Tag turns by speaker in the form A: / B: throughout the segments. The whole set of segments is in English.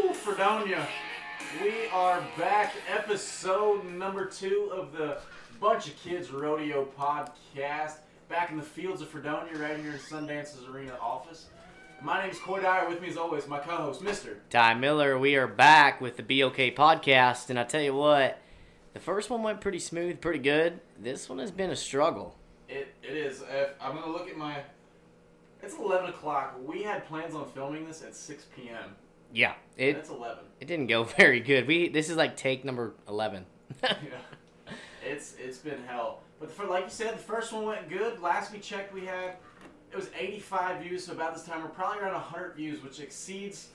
A: Lithonia. We are back, episode number two of the Bunch of Kids Rodeo podcast. Back in the fields of Fredonia, right here in Sundance's Arena office. My name is Coy Dyer. With me, as always, my co-host, Mister.
B: Ty Miller, we are back with the BOK podcast, and I tell you what, the first one went pretty smooth, pretty good. This one has been a struggle.
A: It it is. If I'm gonna look at my. It's 11 o'clock. We had plans on filming this at 6 p.m.
B: Yeah,
A: It's
B: it
A: That's 11.
B: it didn't go very good. We this is like take number eleven.
A: yeah. It's it's been hell. But for like you said, the first one went good. Last we checked, we had it was 85 views. So about this time, we're probably around 100 views, which exceeds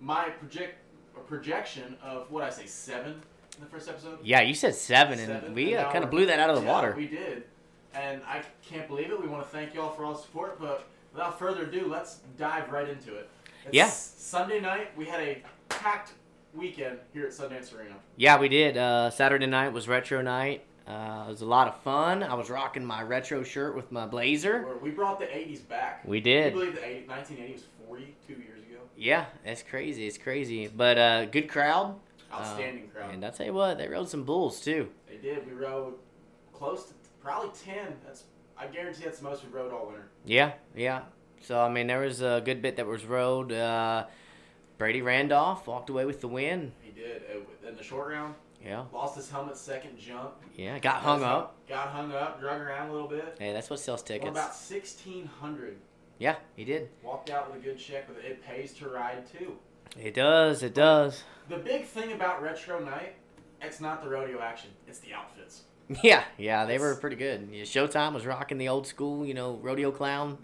A: my project or projection of what I say seven in the first episode.
B: yeah, you said seven, and
A: Seven,
B: we
A: and
B: uh,
A: now
B: kind of
A: we're-
B: blew that out of the
A: Yeah,
B: water.
A: We did, and I can't believe it. We want to thank y'all for all the support. But without further ado, let's dive right into it. It's
B: Yeah.
A: Sunday night, we had a packed weekend here at Sundance Arena.
B: Yeah, we did. Uh, Saturday night was retro night. Uh, it was a lot of fun. I was rocking my retro shirt with my blazer.
A: Where we brought the 80s back.
B: We
A: Can you
B: did.
A: believe the 80, 1980 was 42 years ago?
B: Yeah, that's crazy. It's crazy, but uh, good crowd.
A: Oh,
B: Uh,
A: Outstanding crowd.
B: And I tell you what, they rode some bulls too.
A: they did. We rode close to probably 10. That's I guarantee that's the most we rode all winter.
B: Yeah, yeah. So I mean, there was a good bit that was rode. Uh, Brady Randolph walked away with the win.
A: He did. Uh, In the short round,
B: Yeah,
A: lost his helmet second jump.
B: yeah. Got hung up.
A: Got hung up, drug around a little bit.
B: Hey, that's what sells
A: Won
B: tickets.
A: about 1600
B: Yeah, he did.
A: Walked out with a good check, but it pays to ride too.
B: It does. It does.
A: The big thing about Retro Night, it's not the rodeo action, it's the outfits.
B: Yeah, yeah. They were
A: It's-
B: pretty good. Yeah, Showtime was rocking the old school, you know, rodeo clown.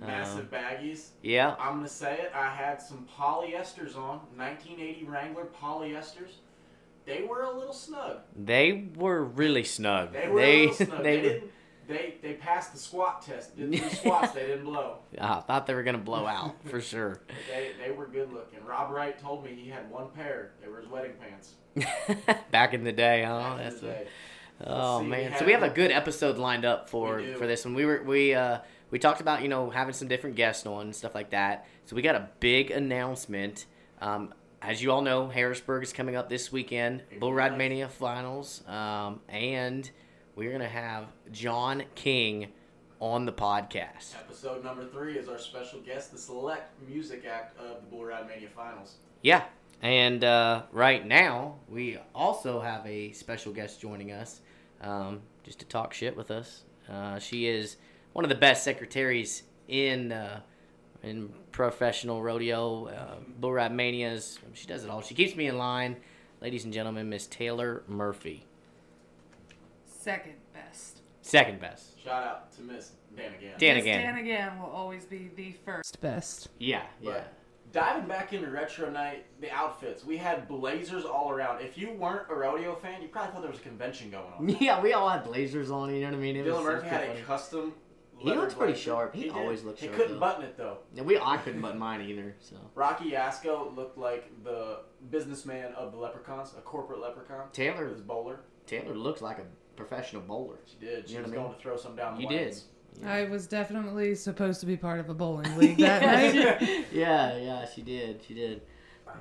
A: The massive baggies.
B: Yeah,
A: I'm gonna say it. I had some polyesters on, 1980 Wrangler polyesters. They were a little snug.
B: they were really snug.
A: They were a
B: they,
A: little snug.
B: they
A: They,
B: were-
A: didn't. They they passed the squat test. Did the squats. They didn't blow.
B: I thought they were gonna blow out for sure.
A: But they they were good looking. Rob Wright told me he had one pair. They were his wedding pants.
B: Back in the day, huh?
A: back in the
B: that's what-
A: day.
B: Oh
A: Let's see, we
B: man, so
A: have-
B: we have a good episode lined up for
A: We do.
B: for this one. We were we uh we talked about you know having some different guests on and stuff like that. So we got a big announcement. Um, as you all know, Harrisburg is coming up this weekend.
A: April
B: Bull Ride
A: 9th.
B: Mania finals, um, and we're gonna have John King on the podcast.
A: Episode number three is our special guest, the select music act of the Bull Ride Mania Finals.
B: Yeah, and uh, right now we also have a special guest joining us, um, just to talk shit with us. Uh, she is one of the best secretaries in uh, in professional rodeo, uh, bull ride manias. She does it all. She keeps me in line, ladies and gentlemen. Miss Taylor Murphy,
C: Second best.
B: second best.
A: Shout out to Miss Dan again.
B: Dan
C: Miss
B: again.
C: Dan again will always be the first best.
B: Yeah, yeah.
A: But diving back into retro night, the outfits we had blazers all around. If you weren't a rodeo fan, you probably thought there was a convention going on.
B: Yeah, we all had blazers on. You know what I mean? It
A: Dylan
B: was- it was
A: Murphy had
B: pretty
A: a
B: funny.
A: custom.
B: He
A: leather
B: looks pretty
A: blazer.
B: sharp. He
A: did.
B: always looks sharp,
A: He couldn't
B: though.
A: button it though.
B: Yeah, we I couldn't button mine either. So
A: Rocky Asco looked like the businessman of the leprechauns, a corporate leprechaun.
B: Taylor
A: His bowler.
B: Taylor looks like a professional bowler.
A: She did. She
B: You
A: was
B: know what I mean?
A: going to throw some down the
B: You
A: lane.
B: did.
C: I was definitely supposed to be part of a bowling league that night.
B: yeah, yeah, she did. She did.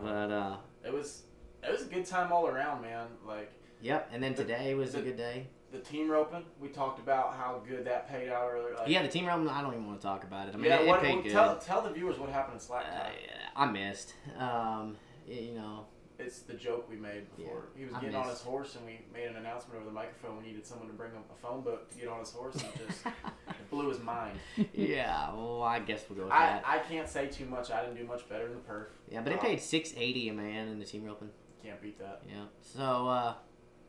B: But uh
A: It was it was a good time all around, man. Like
B: yep, and then today was a good day.
A: the team roping, we talked about how good that paid out earlier. Like,
B: Yeah, the team round I don't even want to talk about it. I mean
A: yeah.
B: it, it
A: what,
B: paid
A: what-
B: good.
A: tell tell the viewers what happened in Slack
B: Uh,
A: time.
B: yeah, I missed. Um y- you know,
A: It's the joke we made before.
B: Yeah,
A: he was
B: I
A: getting on his
B: missed.
A: horse, and we made an announcement over the microphone. We needed someone to bring him a phone book to get on his horse, and it just it blew his mind.
B: yeah, well I guess we'll go with
A: I,
B: that.
A: I can't say too much. I didn't do much better in the perf. Uh,
B: Yeah, but it paid six eighty a man in the team roping.
A: Can't beat that.
B: Yeah. So uh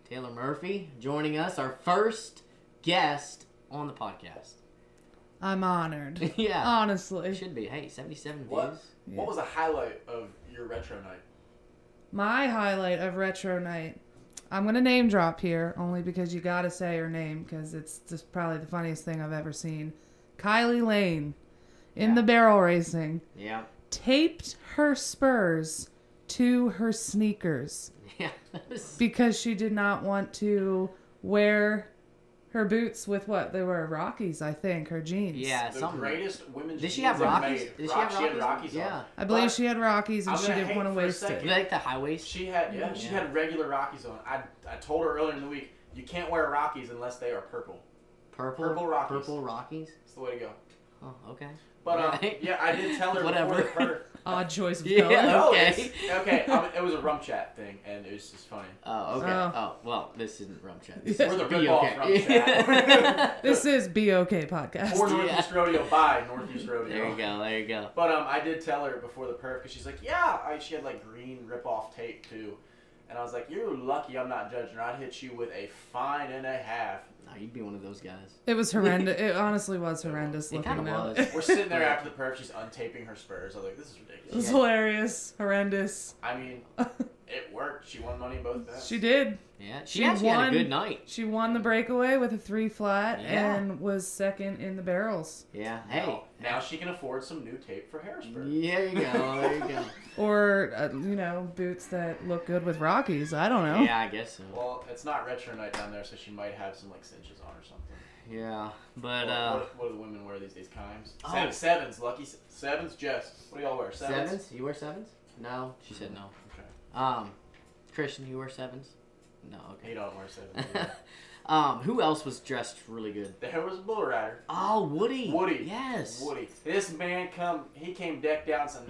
B: Taylor Murphy joining us, our first guest on the podcast.
C: I'm honored.
B: yeah. it
C: Honestly.
B: should be. Hey, seventy seven
A: What?
B: views.
C: Yeah.
A: What was the highlight of your retro night?
C: My highlight of Retro Night, I'm going to name drop here only because you got to say her name because it's just probably the funniest thing I've ever seen. Kylie Lane in
B: Yeah.
C: the barrel racing
B: Yeah.
C: taped her spurs to her sneakers.
B: Yeah.
C: because she did not want to wear her boots with what? They were Rockies, I think. Her jeans.
B: Yeah,
A: The
B: something.
A: greatest women's
B: Did she
A: jeans
B: have Rockies?
A: made.
B: Did she
A: Rock-
B: have
A: She had
B: Rockies?
A: Rockies
B: Yeah.
A: on.
C: I believe
A: But
C: she had Rockies and
A: I'm
C: she
A: gonna
C: didn't
A: hate
C: want to
A: for a
C: waste
B: You
A: second.
C: it.
B: like the high waist?
A: She had yeah, she
B: Yeah.
A: had regular Rockies on. I I told her earlier in the week you can't wear Rockies unless they are purple.
B: Purple.
A: Purple Rockies.
B: Purple Rockies.
A: It's the way to go.
B: Oh, okay.
A: But um,
B: Right.
A: yeah, I did tell her
B: Whatever.
A: before her.
C: Odd choice of
B: Yeah.
C: color.
A: No,
B: Okay.
A: it's- okay. um, it was a rum chat thing, and it was just funny.
B: Oh, okay.
C: Oh.
B: Oh, well, this isn't rum chat. This
C: Yeah.
B: is
A: We're the
B: be
A: rip-off rum chat.
C: This is BOK podcast.
A: Or Northeast Rodeo by Northeast Rodeo.
B: there you go. There you go.
A: But um, I did tell her before the perf because she's like, yeah, I, she had like green rip off tape too, and I was like, you're lucky I'm not judging her. I'd hit you with a fine and a half.
B: No, you'd be one of those guys.
C: It was horrendous. It honestly was horrendous
B: It
C: looking.
B: kinda
C: now.
B: was.
A: We're sitting there after the perf. She's untaping her spurs. I was like, this is
C: It was
A: ridiculous.
C: hilarious. Horrendous.
A: I mean, it worked. She won money both bets.
C: she did.
B: Yeah. She,
C: She
B: actually had
C: won.
B: a good night.
C: She won the breakaway with a three flat
B: Yeah.
C: and was second in the barrels.
B: Yeah. Hey.
A: Now, now she can afford some new tape for Harrisburg.
B: Yeah, you go. There you go.
C: Or, uh, you know, boots that look good with Rockies. I don't know.
B: yeah, I guess so.
A: Well, it's not retro night down there, so she might have some like cinches on or something.
B: Yeah, but
A: What-
B: uh,
A: what, what do the women wear these days? Chimes.
B: Oh.
A: Seven, sevens. Lucky se- sevens. Jess, what do y'all wear? Sevens.
B: sevens? You wear sevens? No, she said no.
A: Okay.
B: Um, Christian, you wear sevens? No, okay.
A: He don't wear sevens.
B: um, who else was dressed really good?
A: there was a bull rider.
B: Oh, Woody.
A: Woody.
B: Yes.
A: Woody. This man come. He came decked out in some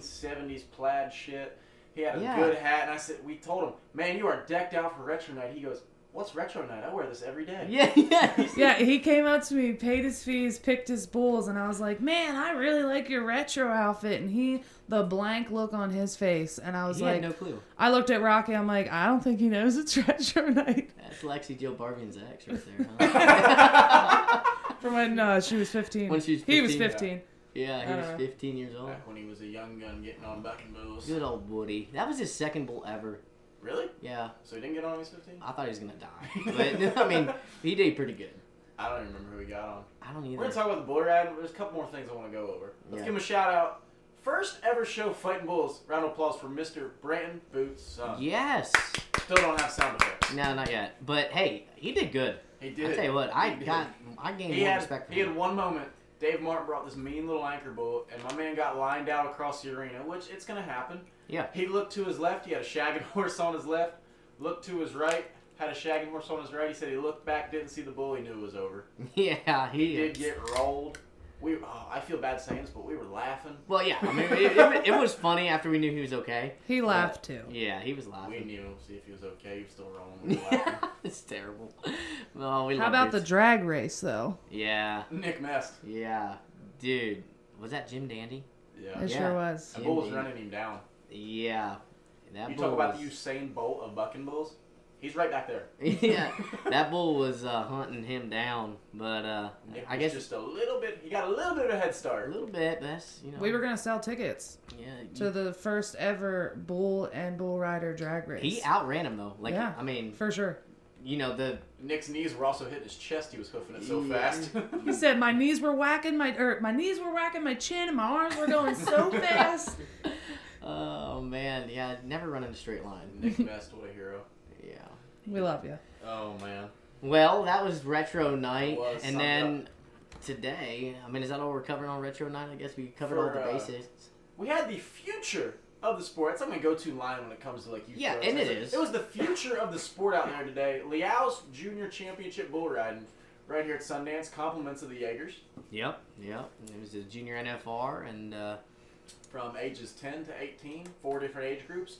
A: 1970s plaid shit. He had a
B: Yeah.
A: good hat, and I said, we told him, man, you are decked out for retro night. He goes, what's retro night? I wear this every day.
B: Yeah, yeah.
C: Yeah, he came up to me, paid his fees, picked his bulls, and I was like, "Man, I really like your retro outfit." And he, the blank look on his face, and I was
B: He had
C: like,
B: no clue.
C: I looked at Rocky. I'm like, I don't think he knows it's retro night.
B: That's Lexi Jill Barvian's ex right there, huh?
C: From when uh, she was 15.
B: When she was
C: he was
B: 15,
C: 15.
B: yeah, he
C: I
B: was
A: Uh.
C: dunno.
B: 15 years old.
A: Back when he was a young gun getting on bucking bulls.
B: Good old Woody. That was his second bull ever.
A: Really?
B: Yeah,
A: So he didn't get on when he was 15?
B: I thought he was gonna die, but I mean, he did pretty good.
A: I don't even remember who he got on.
B: I don't
A: We're
B: either.
A: gonna talk about the bull ride. There's a couple more things I want to go over. Let's
B: Yeah.
A: give him a shout out. First ever show fighting bulls. Round of applause for Mr. Branton Boots. Son.
B: yes.
A: Still don't have sound effects.
B: No, not yet. But hey, he did good.
A: He did.
B: I tell you what, I
A: He did.
B: got, I gained
A: He
B: more
A: had
B: respect for
A: he had
B: him.
A: one moment. Dave Martin brought this mean little anchor bull, and my man got lined out across the arena, which it's gonna happen.
B: Yeah.
A: He looked to his left. He had a shagging horse on his left. Looked to his right. Had a shagging horse on his right. He said he looked back, didn't see the bull. He knew it was over.
B: Yeah, he
A: He did get rolled. We, oh, I feel bad saying this, but we were laughing.
B: Well, yeah, I mean, it, it, it was funny after we knew he was okay.
C: He laughed too.
B: Yeah, he was
A: We
B: laughing.
A: knew see if he was okay. He was still rolling. We were laughing.
B: it's terrible. Oh, we
C: How
B: love
C: about the
B: dudes.
C: drag race though?
B: Yeah,
A: Nick messed.
B: yeah, dude, was that Jim Dandy?
A: Yeah.
C: It
B: Yeah.
C: sure was.
A: The bull was
B: Indeed.
A: running him down.
B: Yeah, that
A: You
B: bull
A: talk about the
B: was,
A: Usain Bolt of bucking bulls. He's right back there.
B: yeah, that bull was uh, hunting him down, but uh,
A: Nick
B: I
A: was
B: guess just
A: just a little bit. He got a little bit of a head
B: a
A: start.
B: little bit. but That's you know,
C: We were gonna sell tickets
B: yeah.
C: to the first ever bull and bull rider drag race.
B: he outran him though. Like,
C: Yeah.
B: I mean,
C: for sure.
B: you know the
A: Nick's knees were also hitting his chest. He was hoofing it so
B: Yeah.
A: fast.
C: He said my knees were whacking my or my knees were whacking my chin and my arms were going so fast.
B: Oh man, yeah, never run in a straight line.
A: Nick messed. What a hero.
B: Yeah.
C: We love you.
A: Oh man.
B: Well, that was retro night,
A: It was
B: and
A: summed
B: then today, I mean, is that all we're covering on retro night? I guess we covered all
A: For,
B: the
A: uh,
B: bases.
A: We had the future of the sport. That's like my go-to line when it comes to like youth.
B: Yeah,
A: shows.
B: and it
A: It's like,
B: is.
A: It was the future of the sport out there today. Liao's Junior Championship bull riding right here at Sundance. Compliments of the Jaegers.
B: Yep. Yep. And It was a junior NFR, and uh,
A: from ages 10 to 18, four different age groups.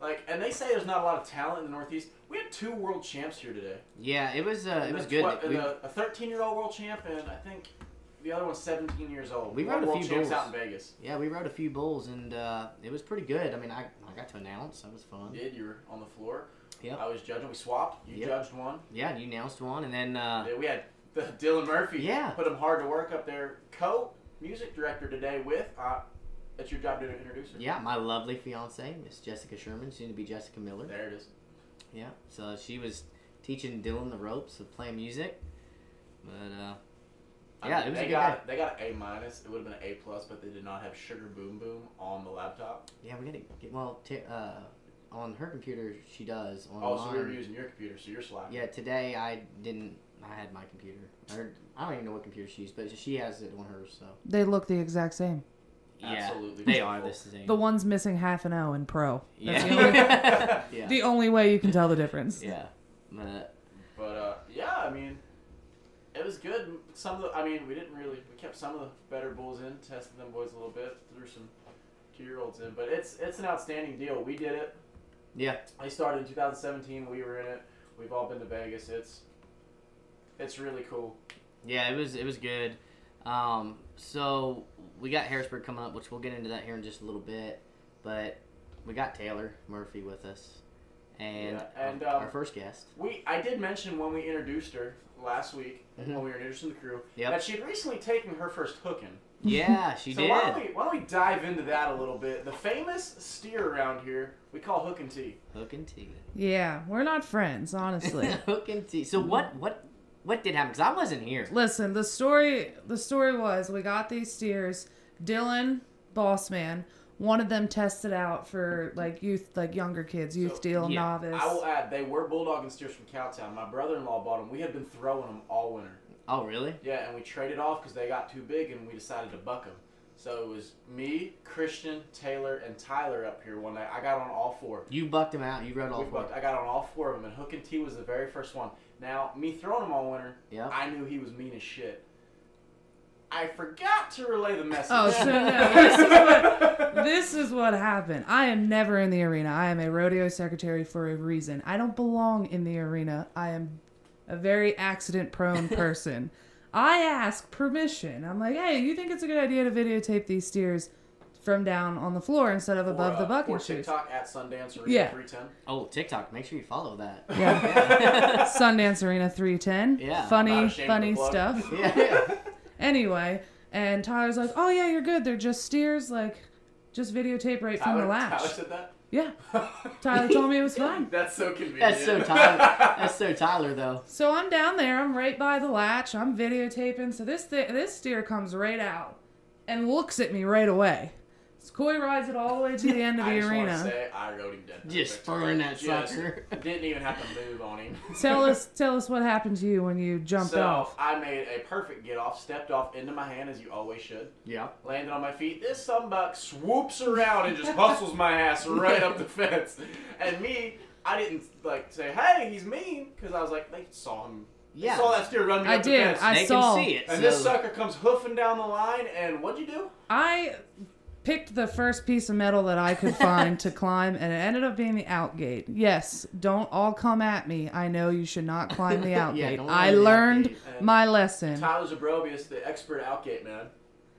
A: Like, and they say there's not a lot of talent in the Northeast. We had two world champs here today.
B: yeah, it was uh, it
A: And
B: was
A: a
B: good.
A: twe- and
B: We-
A: a, a 13 year old world champ, and I think the other one's 17 years old.
B: We
A: One
B: rode a
A: world
B: few
A: champs
B: bulls.
A: out in Vegas.
B: yeah, we rode a few bulls, and uh, it was pretty good. I mean, I, I got to announce. That was fun.
A: You did you were on the floor?
B: Yep.
A: I was judging. We swapped. You
B: Yep.
A: judged one.
B: Yeah, you announced one, and then uh,
A: Yeah, we had the Dylan Murphy.
B: Yeah.
A: Put him hard to work up there. Co music director today with. Uh, that's your job to introduce her.
B: yeah, my lovely fiance, Miss Jessica Sherman, soon to be Jessica Miller.
A: There it is.
B: Yeah, so she was teaching Dylan the ropes of playing music, but uh,
A: I
B: yeah,
A: mean,
B: it was
A: they
B: a good
A: got
B: guy.
A: they got an A minus. It would have been an A plus, but they did not have Sugar Boom Boom on the laptop.
B: Yeah, we gotta get well. T- uh, on her computer, she does
A: Oh, so we were
B: online.
A: using your computer, so you're slacking.
B: yeah, today I didn't. I I had my computer. Or, I don't even know what computer she used, but she has it on hers. So
C: They look the exact same.
A: Absolutely
B: they
A: beautiful.
B: are the same.
C: The one's missing half an O in pro. That's the, only,
B: yeah, yeah,
C: the only way you can tell the difference.
B: yeah. But,
A: But uh, yeah, I mean, it was good. Some of the, I mean, we didn't really, we kept some of the better bulls in, tested them boys a little bit, threw some two-year-olds in. But it's it's an outstanding deal. We did it.
B: yeah,
A: I started in 2017. We were in it. We've all been to Vegas. It's it's really cool.
B: Yeah, it was it was good. Um, so we got Harrisburg coming up, which we'll get into that here in just a little bit. But we got Taylor Murphy with us, and,
A: Yeah, and,
B: our-
A: um,
B: our first guest.
A: We I did mention when we introduced her last week
B: Mhm.
A: when we were introducing the crew
B: Yep.
A: that she had recently taken her first hooking.
B: Yeah, she
A: so
B: did.
A: why don't we why don't we dive into that a little bit? The famous steer around here we call hook and tea.
B: Hook and tea.
C: Yeah, we're not friends, honestly.
B: Hook and tea. So what what what did happen? Because I wasn't here.
C: Listen, the story the story was we got these steers. Dylan, boss man, wanted them tested out for like youth, like younger kids, youth
A: So,
C: deal,
B: yeah,
C: novice.
A: I will add, they were bulldog and steers from Cowtown. My brother-in-law bought them. We had been throwing them all winter.
B: Oh really?
A: Yeah, and we traded off because they got too big, and we decided to buck them. So it was me, Christian, Taylor, and Tyler up here one night. I got on all four.
B: You bucked him out. You rode all
A: We
B: four.
A: bucked. I got on all four of them, and Hook and T was the very first one. Now, me throwing them all winter,
B: Yeah.
A: I knew he was mean as shit. I forgot to relay the message.
C: Oh, so no, this is what this is what happened. I am never in the arena. I am a rodeo secretary for a reason. I don't belong in the arena. I am a very accident prone person. I ask permission. I'm like, hey, you think it's a good idea to videotape these steers from down on the floor instead of above
A: Or,
C: the
A: uh,
C: bucking
A: or
C: chutes?
A: TikTok at Sundance Arena
C: Yeah.
A: 310.
B: Oh TikTok. Make sure you follow that.
C: Yeah. Sundance Arena 310.
B: Yeah.
A: Not
C: Funny,
A: ashamed of
C: funny
A: the plug.
C: stuff.
B: yeah.
C: Anyway, and Tyler's like, oh yeah, you're good. They're just steers. Like, just videotape right from
A: Tyler,
C: the lash.
A: Tyler said that.
C: Yeah. Tyler told me it was fine.
A: That's so convenient.
B: That's so Tyler. That's so Tyler though.
C: So I'm down there. I'm right by the latch. I'm videotaping. So this thi- this steer comes right out and looks at me right away. So Coy rides it all the way to the end of
A: I
C: the
A: just want to
C: arena.
A: say I rode him dead.
B: Just throwing that
A: Just
B: sucker.
A: Didn't even have to move on him.
C: Tell us tell us what happened to you when you jumped
A: so
C: off.
A: I made a perfect get off, stepped off into my hand as you always should,
B: Yeah.
A: landed on my feet. This sunbuck swoops around and just hustles my ass right up the fence. And me, I didn't like say, "Hey, he's mean," because I was like, they saw him. They
B: Yeah.
A: saw that steer run me
C: I
A: up the
C: did.
A: fence.
C: I
B: they
C: saw.
B: can see it.
A: and
B: so-
A: this sucker comes hoofing down the line, and what'd you do?
C: I picked the first piece of metal that I could find to climb, and it ended up being the outgate. Yes, don't all come at me. I know you should not climb the outgate.
B: don't
C: I
B: climb the
C: learned
B: outgate,
A: and-
C: my lesson.
A: Tyler Zabrobius, the expert outgate man.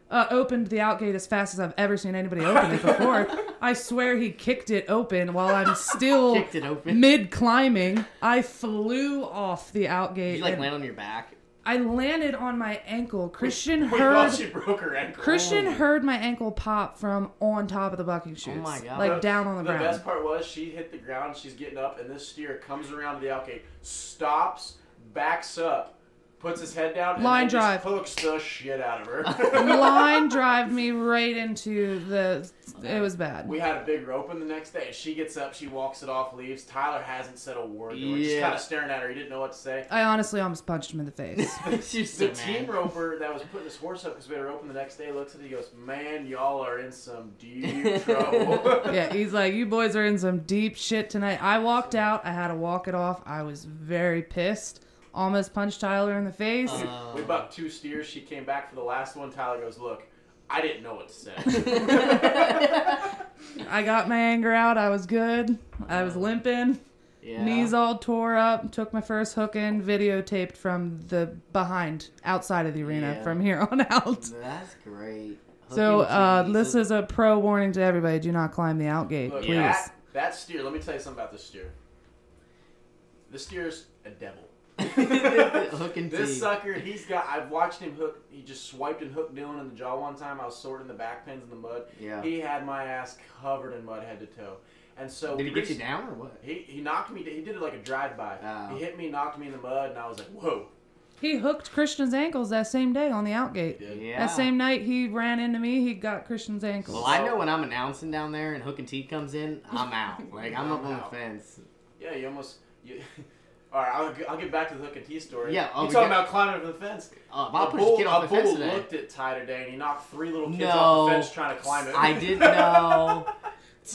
C: uh, opened the outgate as fast as I've ever seen anybody open it before. I swear he kicked it open while I'm still
B: Kicked it open.
C: mid climbing. I flew off the outgate.
B: You like
C: and
B: land on your back.
C: I landed on my ankle. Christian
A: We
C: heard
A: thought she broke her ankle.
C: Christian
B: Oh.
C: heard my ankle pop from on top of the bucking chutes.
B: my God.
C: Like down on the, ground.
A: best part was she hit the ground, she's getting up, and this steer comes around to the outgate, stops, backs up, puts his head down, and
C: Line
A: then just
C: drive.
A: hooks the shit out of her.
C: Line drive me right into the it was bad.
A: we had a big rope in the next day. She gets up, she walks it off, leaves. Tyler hasn't said a word to her. Just
B: Yeah.
A: kind of staring at her. He didn't know what to say.
C: I honestly almost punched him in the face.
B: She's so
A: The
B: mad.
A: team roper that was putting his horse up because we had a rope in the next day looks at it. He goes, "Man, y'all are in some deep trouble."
C: yeah, he's like, you boys are in some deep shit tonight. I walked out. I had to walk it off. I was very pissed. Almost punched Tyler in the face.
B: Uh,
A: we bucked two steers. She came back for the last one. Tyler goes, "Look, I didn't know what to say."
C: I got my anger out. I was good. I was limping.
B: Uh. yeah.
C: Knees all tore up. Took my first hook in. Videotaped from the behind, outside of the arena
B: Yeah.
C: from here on out.
B: That's great.
C: So
B: Hook and
C: uh,
B: cheese.
C: this is a pro warning to everybody: do not climb the outgate,
A: Look,
C: please.
A: that, that steer, let me tell you something about this steer. This steer's a devil.
B: hook and
A: This
B: tea.
A: sucker, he's got. I've watched him hook. He just swiped and hooked Dylan in the jaw one time. I was sorting the back pins in the mud.
B: Yeah.
A: He had my ass covered in mud head to toe. And so.
B: Did he
A: we
B: get you down or what?
A: He, he knocked me. He did it like a drive by.
B: Oh.
A: He hit me, knocked me in the mud, and I was like, "Whoa!"
C: He hooked Christian's ankles that same day on the outgate.
A: Dude.
B: Yeah.
C: That same night he ran into me, he got Christian's ankle.
B: Well, I know when I'm announcing down there and hook and tea comes in, I'm out. Like I'm up
A: I'm
B: on the
A: out.
B: fence.
A: Yeah, you almost you All right, I'll, g- I'll get back to the hook and tea story.
B: Yeah, oh,
A: you
B: we
A: talking
B: got-
A: about climbing over the fence?
B: Uh,
A: a
B: Bob put
A: bull,
B: his kid off
A: a
B: the fence
A: bull
B: today.
A: looked at Ty today, and he knocked three little kids
B: no,
A: off the fence trying to climb it.
B: I did know.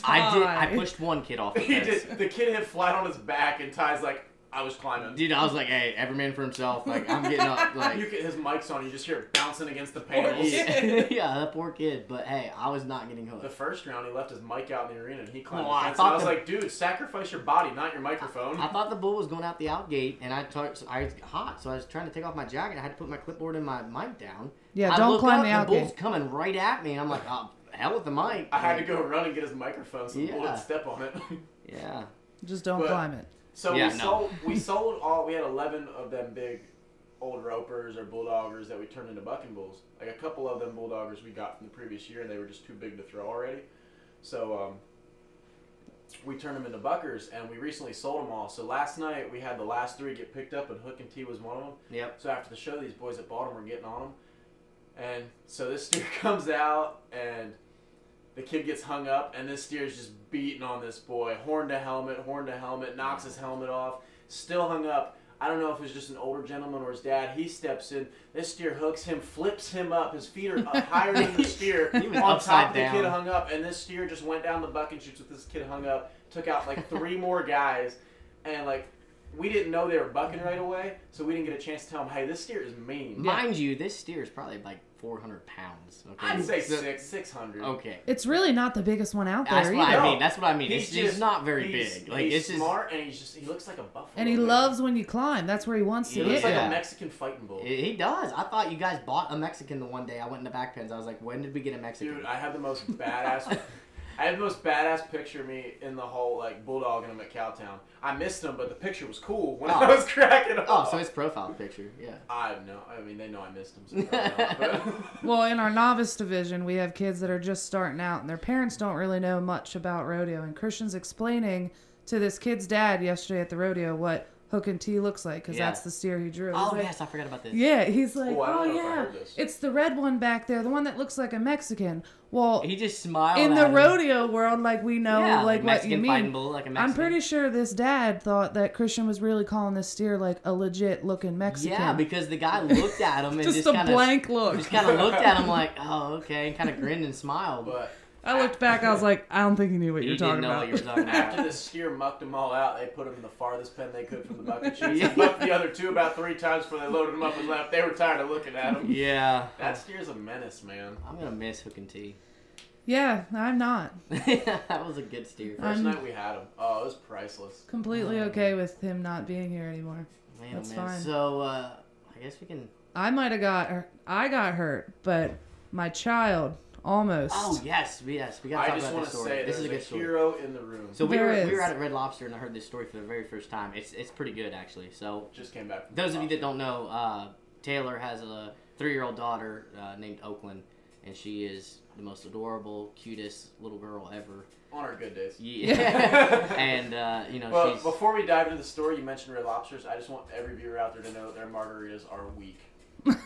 B: I did. I
C: Ty.
B: pushed one kid off the
A: he
B: fence.
A: did. The kid hit flat on his back, and Ty's like, "I was climbing."
B: Dude, I was like, hey, every man for himself. Like, I'm getting up. Like,
A: you get his mic's on, you just hear it bouncing against the panels.
C: kid.
B: yeah, that poor kid. But hey, I was not getting
A: The
B: hooked.
A: first round, he left his mic out in the arena, and he climbed
B: Well, I
A: the fence.
B: thought
A: and I was
B: the-
A: like, "Dude, sacrifice your body, not your microphone."
B: I thought the bull was going out the out gate, and I tar- so I was hot, so I was trying to take off my jacket. I had to put my clipboard and my mic down.
C: Yeah,
B: I
C: don't
B: look
C: climb
B: up,
C: the
B: and
C: out
B: bull's
C: gate.
B: coming right at me, and I'm like, oh, hell with the mic.
A: I had to go run and get his microphone so the bull
B: Yeah.
A: didn't step on it.
B: Yeah.
C: Just don't
A: But-
C: climb it.
A: So
B: Yeah,
A: we
B: no.
A: sold we sold all we had eleven of them big old ropers or bulldoggers that we turned into bucking bulls. Like a couple of them bulldoggers we got from the previous year and they were just too big to throw already. So um, we turned them into buckers and we recently sold them all. So last night we had the last three get picked up and Hook and T was one of them.
B: Yep.
A: So after the show, these boys at Baltimore were getting on him, and so this steer comes out, and the kid gets hung up, and this steer is just beating on this boy, horn to helmet, horn to helmet, knocks his helmet off, still hung up. I don't know if it was just an older gentleman or his dad. He steps in. This steer hooks him, flips him up. His feet are up higher than the steer
B: He was
A: on
B: upside
A: top of the
B: down.
A: kid hung up, and this steer just went down the bucket shoots with this kid hung up, took out like three more guys, and like we didn't know they were bucking right away, so we didn't get a chance to tell them, hey, this steer is mean.
B: Mind you, this steer is probably like 400 pounds. Okay?
A: I'd say
B: So-
A: six, six hundred.
B: Okay.
C: It's really not the biggest one out there
B: That's
C: either.
B: what I
A: either.
B: mean. That's what I mean.
A: He's
B: It's just
A: just-
B: not very
A: he's,
B: big. Like
A: he's
B: it's just
A: smart and he's just he looks like a buffalo.
C: And he
A: man.
C: loves when you climb. That's where he wants
A: He
C: to
A: looks
C: get.
B: Yeah.
A: like
C: you.
A: a Mexican fighting bull.
B: He he does. I thought you guys bought a Mexican the one day I went in the back pens. I was like, when did we get a Mexican?
A: Dude, I have the most badass. I have the most badass picture of me in the whole like bulldogging him at Cowtown. I missed him, but the picture was cool when I
B: Oh.
A: was cracking up.
B: oh, so his profile picture. Yeah.
A: I have no. I mean, they know I missed him. So probably not, but-
C: Well, in our novice division, we have kids that are just starting out, and their parents don't really know much about rodeo. And Christian's explaining to this kid's dad yesterday at the rodeo what hook and tee looks like, because
B: Yeah.
C: that's the steer he drew. He's
B: Oh
C: like,
B: yes, I forgot about this.
C: Yeah, he's like,
A: Oh, I don't know
C: oh
A: if I
C: yeah,
A: heard this."
C: it's the red one back there, the one that looks like a Mexican. Well,
B: He just smiled.
C: in the
B: at him.
C: rodeo world, like we know,
B: yeah,
C: like what
B: Mexican
C: you
B: fighting
C: mean.
B: bull, like a Mexican.
C: I'm pretty sure this dad thought that Christian was really calling this steer like a legit looking Mexican.
B: Yeah, because the guy looked at him and
C: just,
B: just,
C: a
B: kind of
C: blank look.
B: just kind of looked at him like, oh okay, and kind of grinned and smiled.
A: but
C: I looked back. I was like, I don't think he knew what
B: he
C: you were
B: didn't
C: talking
B: know
C: about.
B: what you were talking
A: After
B: about.
A: the steer mucked them all out, they put them in the farthest pen they could from the bucket chutes.
B: Yeah.
A: They mucked the other two about three times before they loaded them up and left. They were tired of looking at them.
B: yeah.
A: That steer's a menace, man.
B: I'm gonna miss Hook and T.
C: yeah, I'm not
B: that was a good steer.
A: First
C: I'm-
A: night we had him. Oh, it was priceless.
C: completely
B: Oh.
C: okay with him not being here anymore.
B: Man,
C: That's
B: man.
C: fine.
B: So uh, I guess we can.
C: I might have got hurt. I got hurt, but my child almost.
B: Oh yes, we- yes, we gotta
A: I
B: talk
A: just
B: about
A: want
B: this
A: to
B: story.
A: say
B: this
A: there's
B: is a
A: a,
B: good story.
A: hero in the room.
B: So we
C: There
B: were, we
C: is.
B: were at Red Lobster and I heard this story for the very first time. It's it's pretty good actually. So
A: Just came back. From
B: those of you that don't know, uh, Taylor has a three-year-old daughter uh, named Oakland, and she is the most adorable, cutest little girl ever.
A: on our good days.
B: Yeah. and uh, you know
A: But
B: she's
A: before we dive into the story, you mentioned red lobsters. I just want every viewer out there to know that their margaritas are weak.
B: and,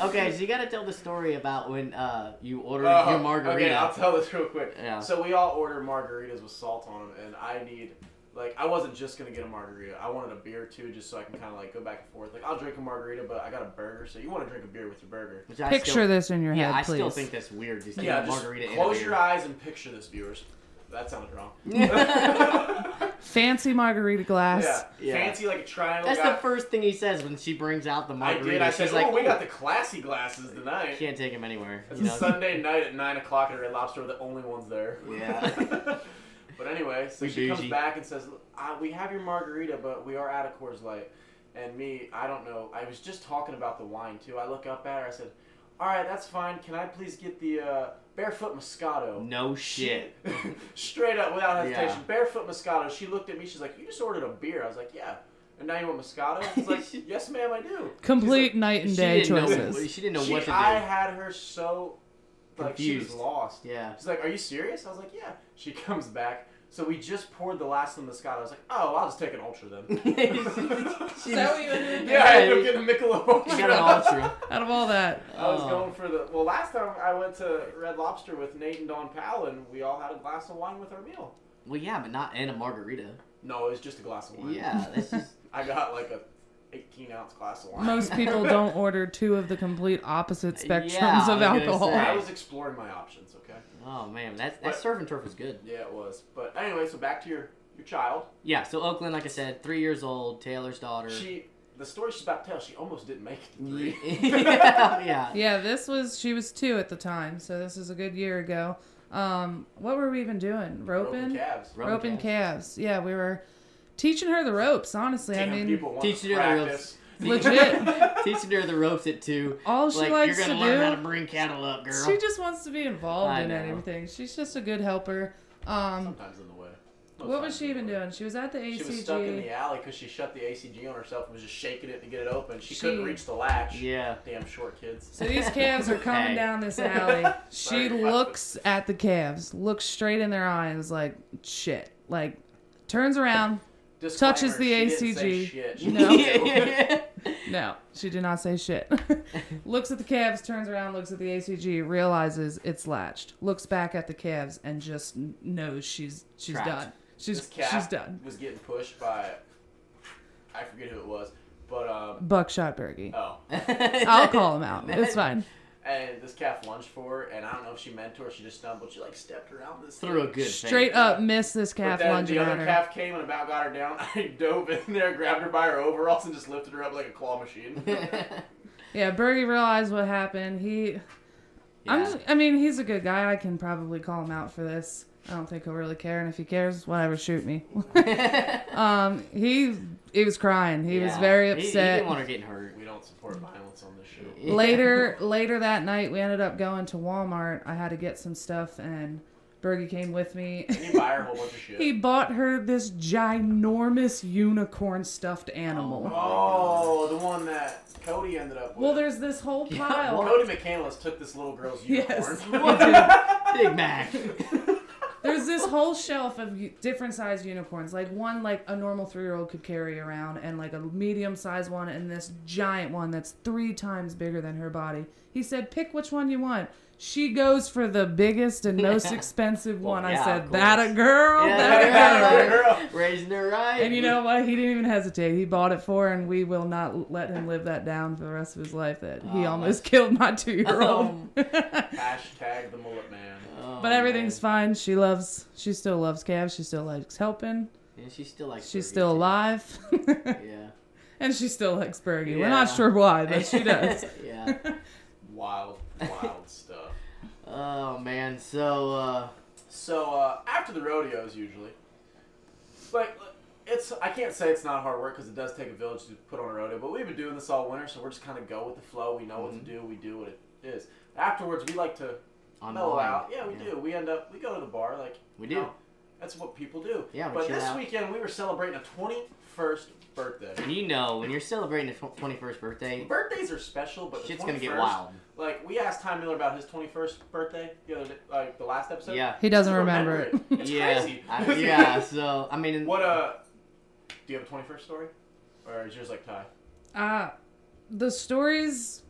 B: okay. So you got to tell the story about when uh, you ordered
A: Oh,
B: your margarita.
A: Okay, I'll tell this real quick.
B: Yeah.
A: So we all order margaritas with salt on them, and I need, like, I wasn't just gonna get a margarita. I wanted a beer too, just so I can kind of like go back and forth. Like, I'll drink a margarita, but I got a burger, so you want to drink a beer with your burger.
B: Which I
C: Picture
B: still,
C: this in your
B: Yeah,
C: head,
B: I
C: please.
B: still think that's weird. Just get
A: yeah,
B: a
A: just
B: margarita. and a
A: close
B: beer.
A: your eyes and picture this, viewers. That sounded wrong.
C: Fancy margarita glass.
A: Yeah.
B: Yeah.
A: Fancy like a triangle.
B: That's
A: guy.
B: the first thing he says when she brings out the
A: Oh, I
B: margarita.
A: did. I
B: She's
A: said,
B: like,
A: "Oh, we got the classy glasses tonight."
B: can't take him anywhere.
A: It's
B: you
A: a
B: know?
A: Sunday night at nine o'clock at Red Lobster. We're the only ones there.
B: Yeah.
A: but anyway, so
B: We
A: she comes
B: bougie.
A: back and says, "Ah, "We have your margarita, but we are out of Coors Light." And me, I don't know. I was just talking about the wine too. I look up at her. I said, "All right, that's fine. Can I please get the uh, Barefoot Moscato?"
B: no shit.
A: Straight up, without hesitation,
B: Yeah.
A: Barefoot Moscato. She looked at me. She's like, "You just ordered a beer." I was like, "Yeah." And now you want Moscato? She's like, "Yes, ma'am, I do."
C: Complete night and
B: She
C: day
B: didn't, know,
C: choices.
B: what- she didn't know
A: she,
B: what to do.
A: I had her so like she
B: Confused.
A: was lost.
B: yeah.
A: She's like, "Are you serious?" I was like, "Yeah." She comes back. So we just poured the last of the Moscato. I was like, "Oh, I'll just take an ultra then."
B: She
C: Is that
B: just-
C: what you ended up
A: yeah, I ended up getting Michelob
B: she
A: Ultra.
B: got an ultra.
C: Out of all that,
A: I was
B: Oh.
A: going for the well. Last time I went to Red Lobster with Nate and Don Powell, and we all had a glass of wine with our meal.
B: Well, yeah, but not and a margarita.
A: No, it was just a glass of wine.
B: Yeah, this is
A: I got like a 18 ounce glass of wine.
C: Most people don't order two of the complete opposite spectrums
B: Yeah,
C: of
B: I was gonna
C: alcohol.
B: say.
A: I was exploring my options, okay?
B: Oh man, that that
A: What?
B: surf and turf was good.
A: Yeah, it was. But anyway, so back to your your child.
B: Yeah, so Oakland, like I said, three years old, Taylor's daughter.
A: She the story she's about to tell, she almost didn't make it to three.
B: yeah, yeah.
C: Yeah, this was she was two at the time, so this is a good year ago. Um, what were we even doing?
A: Broken
C: Roping,
A: calves.
B: Ro- Roping
C: roping calves. Yeah, we were teaching her the ropes. Honestly,
A: Damn,
C: I mean,
A: people want
B: Teach
A: to
B: you the
A: practice.
C: Legit.
B: Teaching her the ropes at two.
C: all she
B: like
C: likes
B: you're
C: to
B: gonna learn how to
C: do,
B: bring cattle up, girl.
C: she just wants to be involved
B: I
C: in
B: know.
C: everything. She's just a good helper. Um,
A: Sometimes in the way.
C: what was
A: Sometimes
C: she
A: in the
C: even
A: way.
C: doing? She was at the ACG.
A: She was stuck in the alley because she shut the ACG on herself and was just shaking it to get it open. She, couldn't
C: She-
A: reach the latch.
B: yeah.
A: Damn short kids.
C: So these calves are coming
B: Hey.
C: down this alley.
A: Sorry
C: She
A: about
C: looks at the calves, looks straight in their eyes, like shit. Like turns around.
A: Disclaimer,
C: Touches the
A: she didn't say
C: ACG.
A: shit. She
C: No.
A: didn't do.
C: No, she did not say shit. looks at the calves, turns around, looks at the ACG, realizes it's latched. Looks back at the calves and just n- knows she's she's
B: Trapped.
C: done. She's
A: This cat
C: she's done.
A: was getting pushed by, I forget who it was, but um,
C: Buckshot Bergie.
A: oh,
C: I'll call him out. It's fine.
A: and this calf lunged for her, and I don't know if she meant to or she just stumbled. She like stepped around this
B: Threw a
A: thing.
B: good
C: Straight up miss this
A: But
C: calf
A: then
C: lunging
A: the
C: at
A: other
C: her.
A: calf came and about got her down. I dove in there, grabbed her by her overalls, and just lifted her up like a claw machine.
C: Yeah, Bergie realized what happened. He I'm just, I mean, he's a good guy. I can probably call him out for this. I don't think he'll really care, and if he cares, whatever, shoot me. um, he he was crying. He was very
B: He, didn't
C: upset.
B: want her getting hurt.
A: we don't support violence on this show.
C: later later that night, we ended up going to Walmart. I had to get some stuff, and Bergie came with me.
A: And you buy her a whole bunch of shit.
C: he bought her this ginormous unicorn stuffed animal.
A: oh, the one that Cody ended up with.
C: well, there's this whole
B: Yeah,
C: pile.
A: Cody McCandless took this little girl's unicorn.
C: Yes.
B: Big Mac.
C: There's this whole shelf of u- different sized unicorns, like one like a normal three year old could carry around, and like a medium sized one, and this giant one that's three times bigger than her body. He said, "Pick which one you want." She goes for the biggest and most expensive
B: Well,
C: one.
B: yeah,
C: I
B: of
C: said, "That a
B: course."
C: girl,
B: Yeah,
C: that a
B: yeah,
C: girl."
B: right.
A: Girl.
B: Raising her right.
C: And you know what? He didn't even hesitate. He bought it for, her, and we will not l- let him live that down for the rest of his life. That he
B: Oh,
C: almost killed my two year old.
A: Hashtag the mullet man.
B: Oh,
C: But everything's
B: man.
C: fine. She loves. She still loves calves. She still likes helping.
B: And she's still like.
C: She's still alive.
B: Yeah.
C: and she still likes Bergie. We're
B: Yeah.
C: not sure why, but she does.
B: yeah.
A: Wild, wild stuff.
B: Oh man. So. uh...
A: So uh, after the rodeos, usually, like it's I can't say it's not hard work because it does take a village to put on a rodeo. But we've been doing this all winter, so we're just kind of go with the flow. We know
B: Mm-hmm.
A: what to do. We do what it is. Afterwards, we like to mellow
B: unwind.
A: out. Yeah, we do. We end up we go to the bar like
B: We
A: you
B: do.
A: know, that's what people do.
B: Yeah, we
A: but
B: chill
A: this
B: out.
A: weekend we were celebrating a twenty first birthday.
B: And you know, when you're celebrating the tw- 21st birthday,
A: Birthdays are special, but the
B: shit's gonna get
A: 21st
B: wild.
A: Like we asked Ty Miller about his twenty first birthday the other day, like the last episode.
B: Yeah.
C: He
A: He
C: doesn't
A: doesn't
C: remember it.
A: remember It's
B: yeah.
A: crazy.
B: I- yeah. So I mean,
A: What uh? Do you have a twenty first story, or is yours like Ty?
C: Uh, the stories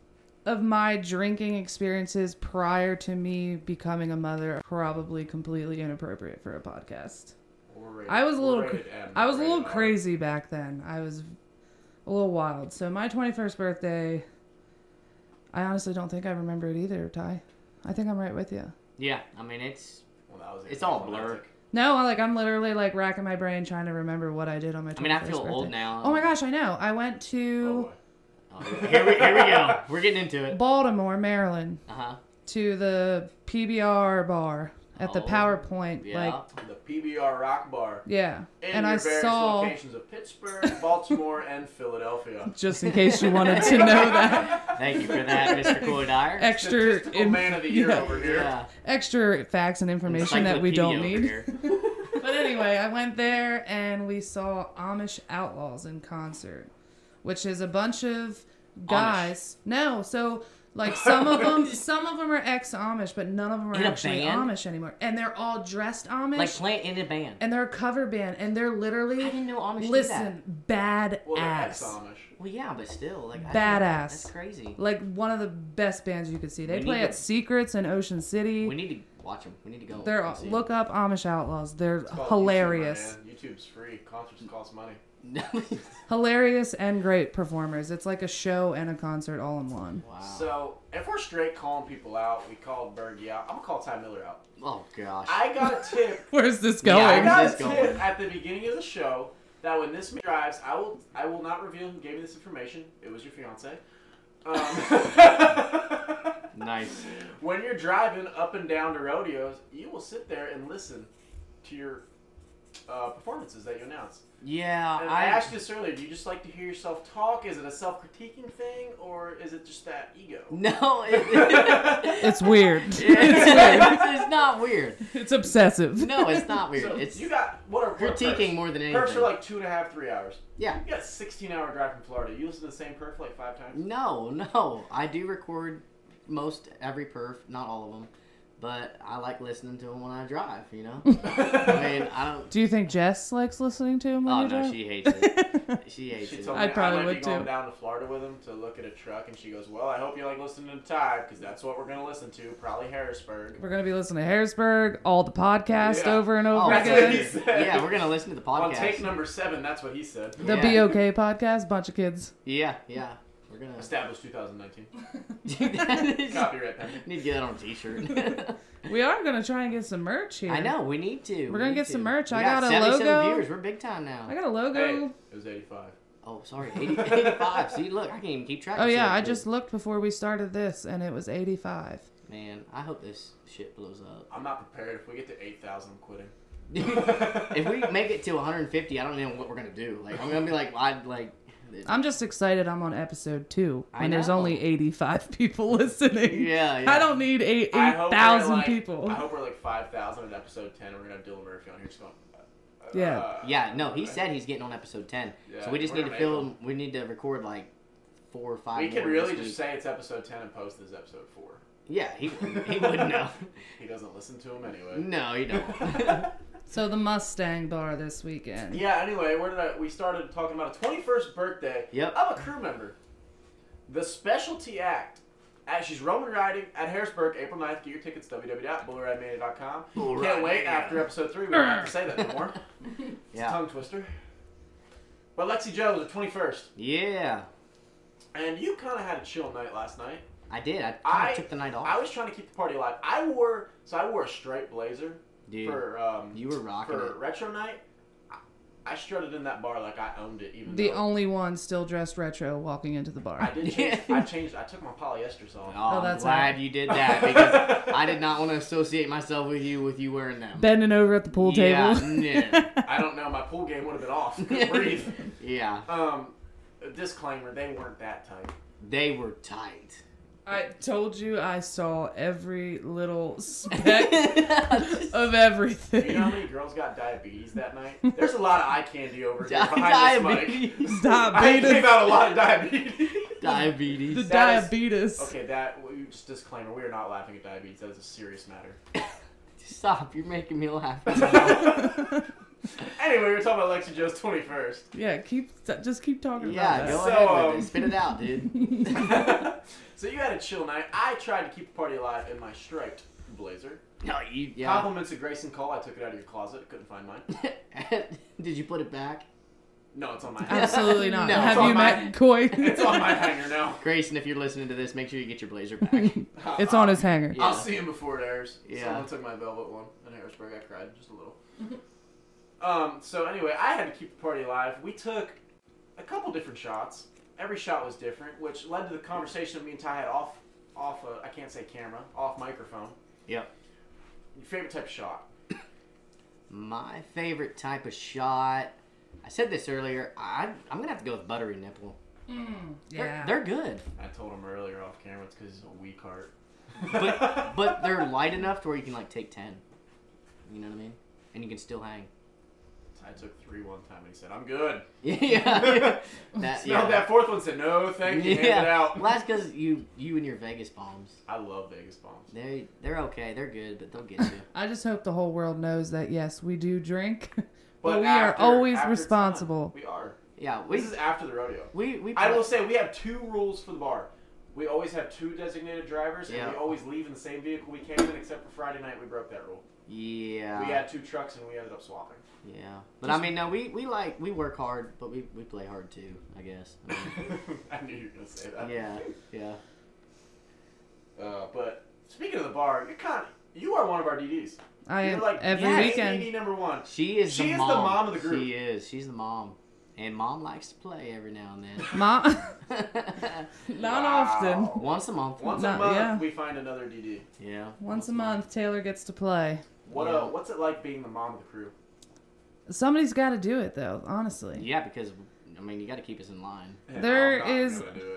C: of my drinking experiences prior to me becoming a mother are probably completely inappropriate for a podcast.
A: Or rated-
C: I was a
A: or
C: little
A: rated M,
C: I was a
A: rated
C: little
A: R?
C: crazy back then. I was a little wild. So my 21st birthday, I honestly don't think I remember it either, Ty. I think I'm right with you.
B: yeah. I mean, it's
A: Well, that was
B: It's all
A: anticlimactic.
C: No, like I'm literally like racking my brain trying to remember what I did on my. 21st
B: I mean, I feel
C: birthday.
B: old now.
C: Oh my gosh, I know. I went
A: Oh,
C: to
A: boy.
B: Oh, here, we, here we go. We're getting into it.
C: Baltimore, Maryland,
B: Uh huh.
C: to the PBR bar at the
B: Oh,
C: PowerPoint.
B: Yeah.
C: Like,
A: the PBR Rock Bar
C: yeah.
A: in
C: and
A: your
C: I
A: various
C: saw,
A: locations of Pittsburgh, Baltimore, and Philadelphia.
C: just in case you wanted to know that
B: Thank you for that, Mr. Coy Dyer.
C: extra
A: Statistical
C: in-
A: man of the year
C: yeah,
A: over here.
B: Yeah.
C: extra facts and information that we don't
B: Encyclopedia
C: need.
B: over here.
C: But anyway, I went there and we saw Amish Outlaws in concert, which is a bunch of guys. No, so like some of them, some of them are ex Amish, but none of them are
B: In a
C: actually
B: band?
C: Amish anymore. And they're all dressed Amish,
B: Like playing in a band.
C: and they're a cover band, and they're
B: I
C: literally
B: didn't know Amish did that.
C: listen bad
A: Well, they're
C: ass.
A: ex-Amish.
B: Well, yeah, but still, like I didn't-
C: Badass.
B: That's crazy.
C: Like one of the best bands you could see. They
B: We
C: play
B: need
C: at
B: to-
C: Secrets in Ocean City.
B: We need to watch them. We need to go.
C: They're
B: and see 'em.
C: look up Amish Outlaws. They're
A: It's called YouTube,
C: hilarious.
A: my man. YouTube's free. Concerts cost money.
C: Hilarious and great performers. It's like a show and a concert all in one.
B: wow.
A: So if we're straight calling people out, we called Bergie out. I'm gonna call Ty Miller out.
B: oh gosh.
A: I got a tip.
C: Where's this
B: Yeah, I
A: I
C: going?
B: know.
A: got a
B: Where's this going?
A: tip at the beginning of the show that when this man drives, I will I will not reveal who gave me this information. It was your fiance. Um,
B: nice.
A: when you're driving up and down to rodeos, you will sit there and listen to your uh, performances that you announce.
B: Yeah,
A: And I, asked you this earlier. Do you just like to hear yourself talk? Is it a self-critiquing thing, or is it just that ego?
B: No, it,
C: It's weird.
B: it's,
C: It's weird.
B: it's not weird.
C: It's obsessive.
B: No, it's not weird.
A: So
B: it's
A: you got what are what are
B: critiquing
A: perfs?
B: more than anything.
A: Perfs are like two and a half, three hours.
B: yeah.
A: You got a 16-hour drive from Florida. You listen to the same perf like five times.
B: No, no. I do record most every perf, not all of them, but I like listening to them when I drive. You know, I mean, I don't.
C: Do you think Jess likes listening to him when
B: Oh
C: you
B: no,
C: drive?
B: she hates it. She hates
A: She
B: it.
A: told me
C: I
A: I
C: probably
A: might
C: would
A: be going
C: too.
A: down to Florida with him to look at a truck, and she goes, "Well, I hope you like listening to Ty, because that's what we're gonna listen to, probably Harrisburg."
C: We're gonna be listening to Harrisburg, all the podcast
A: Yeah.
C: over and over
B: Oh,
A: That's
C: again.
A: what he said.
B: yeah, we're gonna listen to the
A: On
B: podcast.
A: take number seven, that's what he said.
C: The
B: Yeah.
C: BOK podcast, bunch of kids.
B: yeah, yeah. We're gonna
A: Established 2019.
B: do that.
A: Copyright pending.
B: Need to get that on a T-shirt.
C: We are gonna try and get some merch here.
B: I know we need to.
C: We're gonna
B: need
C: get
B: to.
C: some merch.
B: We
C: I
B: got,
C: got a
B: 77
C: logo.
B: Viewers. We're big time now.
C: I got a logo.
A: Hey, it was 85.
B: Oh, sorry, 80, 85. See, look, I can't even keep track.
C: Oh
B: of shit.
C: yeah, I just looked before we started this, and it was 85.
B: man, I hope this shit blows up.
A: I'm not prepared. If we get to 8,000, I'm quitting.
B: if we make it to 150, I don't know what we're gonna do. Like, I'm gonna be like, I like.
C: I'm just excited. I'm on episode two,
B: I
C: and there's
B: know.
C: only 85 people listening.
B: Yeah, yeah.
C: I don't need eight
A: I hope we're
C: 8,000
A: like- uh,
C: people.
A: I hope we're like 5,000 at episode 10, and we're gonna have Dylan Murphy on here. Just going, uh,
C: Yeah.
A: uh,
B: Yeah, no, he said he's getting on episode 10. so
A: Yeah,
B: we just
A: we're
B: need to
A: gonna
B: film. We need to record like four or five.
A: We could
B: more
A: really
B: this
A: just
B: week.
A: say it's episode 10 and post this episode 4.
B: Yeah, he wouldn't- he wouldn't know.
A: He doesn't listen to him anyway.
B: no, he don't.
C: So the Mustang Bar this weekend.
A: Yeah. Anyway, where did I? We started talking about a 21st birthday.
B: Yep.
A: I'm a crew member. The specialty act. At, she's Roman riding at Harrisburg, April 9th. Get your tickets www.bullridemayday.com.
B: Bull
A: Can't
B: Ride
A: wait
B: Mania.
A: after episode three. We don't have to say that no more. It's a
B: yeah,
A: tongue twister. But Lexi Joe was the 21st,
B: yeah.
A: and you kind of had a chill night last night.
B: I did. I, kinda
A: I-
B: took the night off.
A: I was trying to keep the party alive. I wore so I wore a striped blazer
B: Dude,
A: for um,
B: you were rocking
A: for
B: it.
A: retro night. I- I strutted in that bar like I owned it, even
C: The
A: though
C: only one still dressed retro walking into the
A: I
C: bar.
A: did change. I changed. I took my polyesters
B: Oh,
A: off.
B: I'm
C: that's
B: glad
C: hot.
B: you did that because I did not want to associate myself with you with you wearing them.
C: Bending over at the pool
B: Yeah,
C: table.
B: no.
A: I don't know. My pool game would have been off. Couldn't breathe.
B: Yeah,
A: Um, disclaimer: They weren't that tight.
B: they were tight.
C: I told you I saw every little speck of everything.
A: You know how many girls got diabetes that night? There's a lot of eye candy over here
B: Di-
A: behind this mic.
B: diabetes.
A: I
C: Diabetes.
A: gave out a lot of diabetes.
C: The
B: diabetes.
A: That is-
C: diabetes.
A: okay, that we- just disclaimer: We are not laughing at diabetes. That is a serious matter.
B: Stop! You're making me laugh.
A: Anyway, we were talking about Lexi Joe's 21st.
C: Yeah, keep just keep talking
B: yeah,
C: about
B: go
C: that.
A: So,
B: ahead with
A: um,
B: it. Spit it out, dude.
A: so you had a chill night. I tried to keep the party alive in my striped blazer.
B: No, you. Yeah.
A: Compliments of Grayson Cole. I took it out of your closet. Couldn't find mine.
B: Did you put it back?
A: No, it's on my.
C: Absolutely not.
B: No. It's
C: Have
A: on
C: you
A: my-
C: met Coy?
A: it's on my hanger now.
B: Grayson, if you're listening to this, make sure you get your blazer back.
C: It's on his hanger.
B: Yeah.
A: I'll see him before it airs.
B: Yeah.
A: Someone took my velvet one in Harrisburg. I cried just a little. um. So anyway, I had to keep the party alive. We took a couple different shots. Every shot was different, which led to the conversation me and Ty had off, off. Uh, I can't say camera, off microphone.
B: yep.
A: Your favorite type of shot?
B: My favorite type of shot. I said this earlier. I, I'm gonna have to go with buttery nipple.
A: Mm.
B: They're, they're good,
A: I told him earlier off camera. It's because he's a weak heart.
B: but but they're light enough to where you can like take ten. You know what I mean? And you can still hang.
A: I took three one time and he said, I'm good.
B: yeah. yeah. That,
A: Smelled that fourth one, said, no, thank you, hand it out.
B: Well, that's because you you and your Vegas bombs.
A: I love Vegas bombs.
B: They they're okay. They're good, but they'll get you.
C: I just hope the whole world knows that yes, we do drink, but, we
A: after-
C: are always
A: after it's
C: responsible.
A: done, We are.
B: Yeah. We
A: This is after the rodeo.
B: we we.
A: I will say we have two rules for the bar. We always have two designated drivers,
B: Yeah.
A: and we always leave in the same vehicle we came in, except for Friday night we broke that rule.
B: Yeah.
A: We had two trucks and we ended up swapping.
B: Yeah, but I mean, no, we, we like we work hard, but we, we play hard too. I guess. I mean,
A: I knew you were gonna say that.
B: yeah, yeah.
A: Uh, but speaking of the bar, you're kind of, you are one of our DDs.
C: I
A: you're
C: am
A: like
C: every
A: yes,
C: weekend.
A: DD number one.
B: She is.
A: She
B: the
A: is the
B: mom.
A: mom of the group.
B: She is. She's the mom, and mom likes to play every now and
C: Mom,
B: then.
C: not
A: Wow.
C: often.
B: Once a month.
A: Once a
C: Not-
A: month,
C: yeah.
A: we find another DD.
B: Yeah.
C: Once a month, Taylor gets to play.
A: What
B: Yeah.
A: uh, what's it like being the mom of the crew?
C: Somebody's got to do it though, honestly.
B: Yeah, because I mean, you got to keep us in line.
C: There I'm not is-
A: Gonna
C: gonna
A: do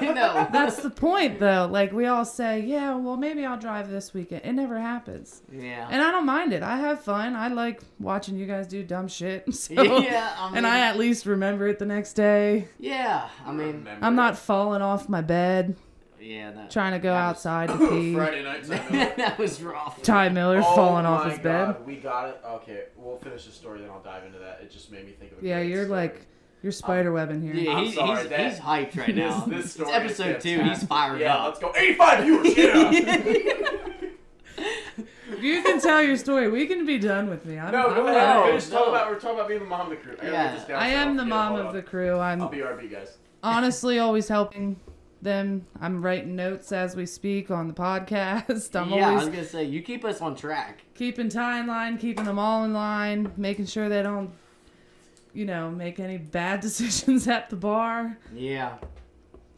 A: it.
B: No, no.
C: That's the point though. Like we all say, yeah, well maybe I'll drive this weekend. It never happens.
B: Yeah.
C: And I don't mind it. I have fun. I like watching you guys do dumb shit. So,
B: yeah. I mean,
C: And I at least remember it the next day.
B: Yeah, I mean.
A: Remember.
C: I'm not falling off my bed
B: Yeah. That,
C: trying to go
B: that was-
C: outside to pee.
A: Friday night.
B: that was rough.
C: Ty Miller falling
A: oh
C: off
A: my
C: his bed.
A: God, We got it. Okay, we'll finish the story, then I'll dive into that. It just made me think of. A
C: Yeah,
A: great
C: you're
A: story.
C: like you're spider webbing here.
B: Yeah,
A: I'm
B: he's,
A: sorry,
B: he's,
A: that-
B: he's hyped right
A: This-
B: now.
A: This, story
B: it's
A: is
B: episode two. He's
A: fantastic.
B: fired
A: yeah,
B: up.
A: let's go. 85 viewers. Yeah.
C: You can tell your story. We can be done with me. I'm,
A: no,
C: I'm
A: go
C: not-
A: ahead.
B: no,
A: Finish talking
B: no.
A: about. We're talking about being the mom of the crew. I gotta
B: Yeah.
A: write this down
C: I
A: so
C: am
A: don't
C: the
A: forget.
C: mom
A: Hold
C: of
A: on.
C: the crew.
A: I'll
C: I'm
A: be RB guys.
C: honestly always helping them. I'm writing notes as we speak on the podcast. I'm
B: yeah, I was
C: always
B: gonna say you keep us on track.
C: keeping Ty in line, keeping them all in line, making sure they don't, you know, make any bad decisions at the bar,
B: Yeah,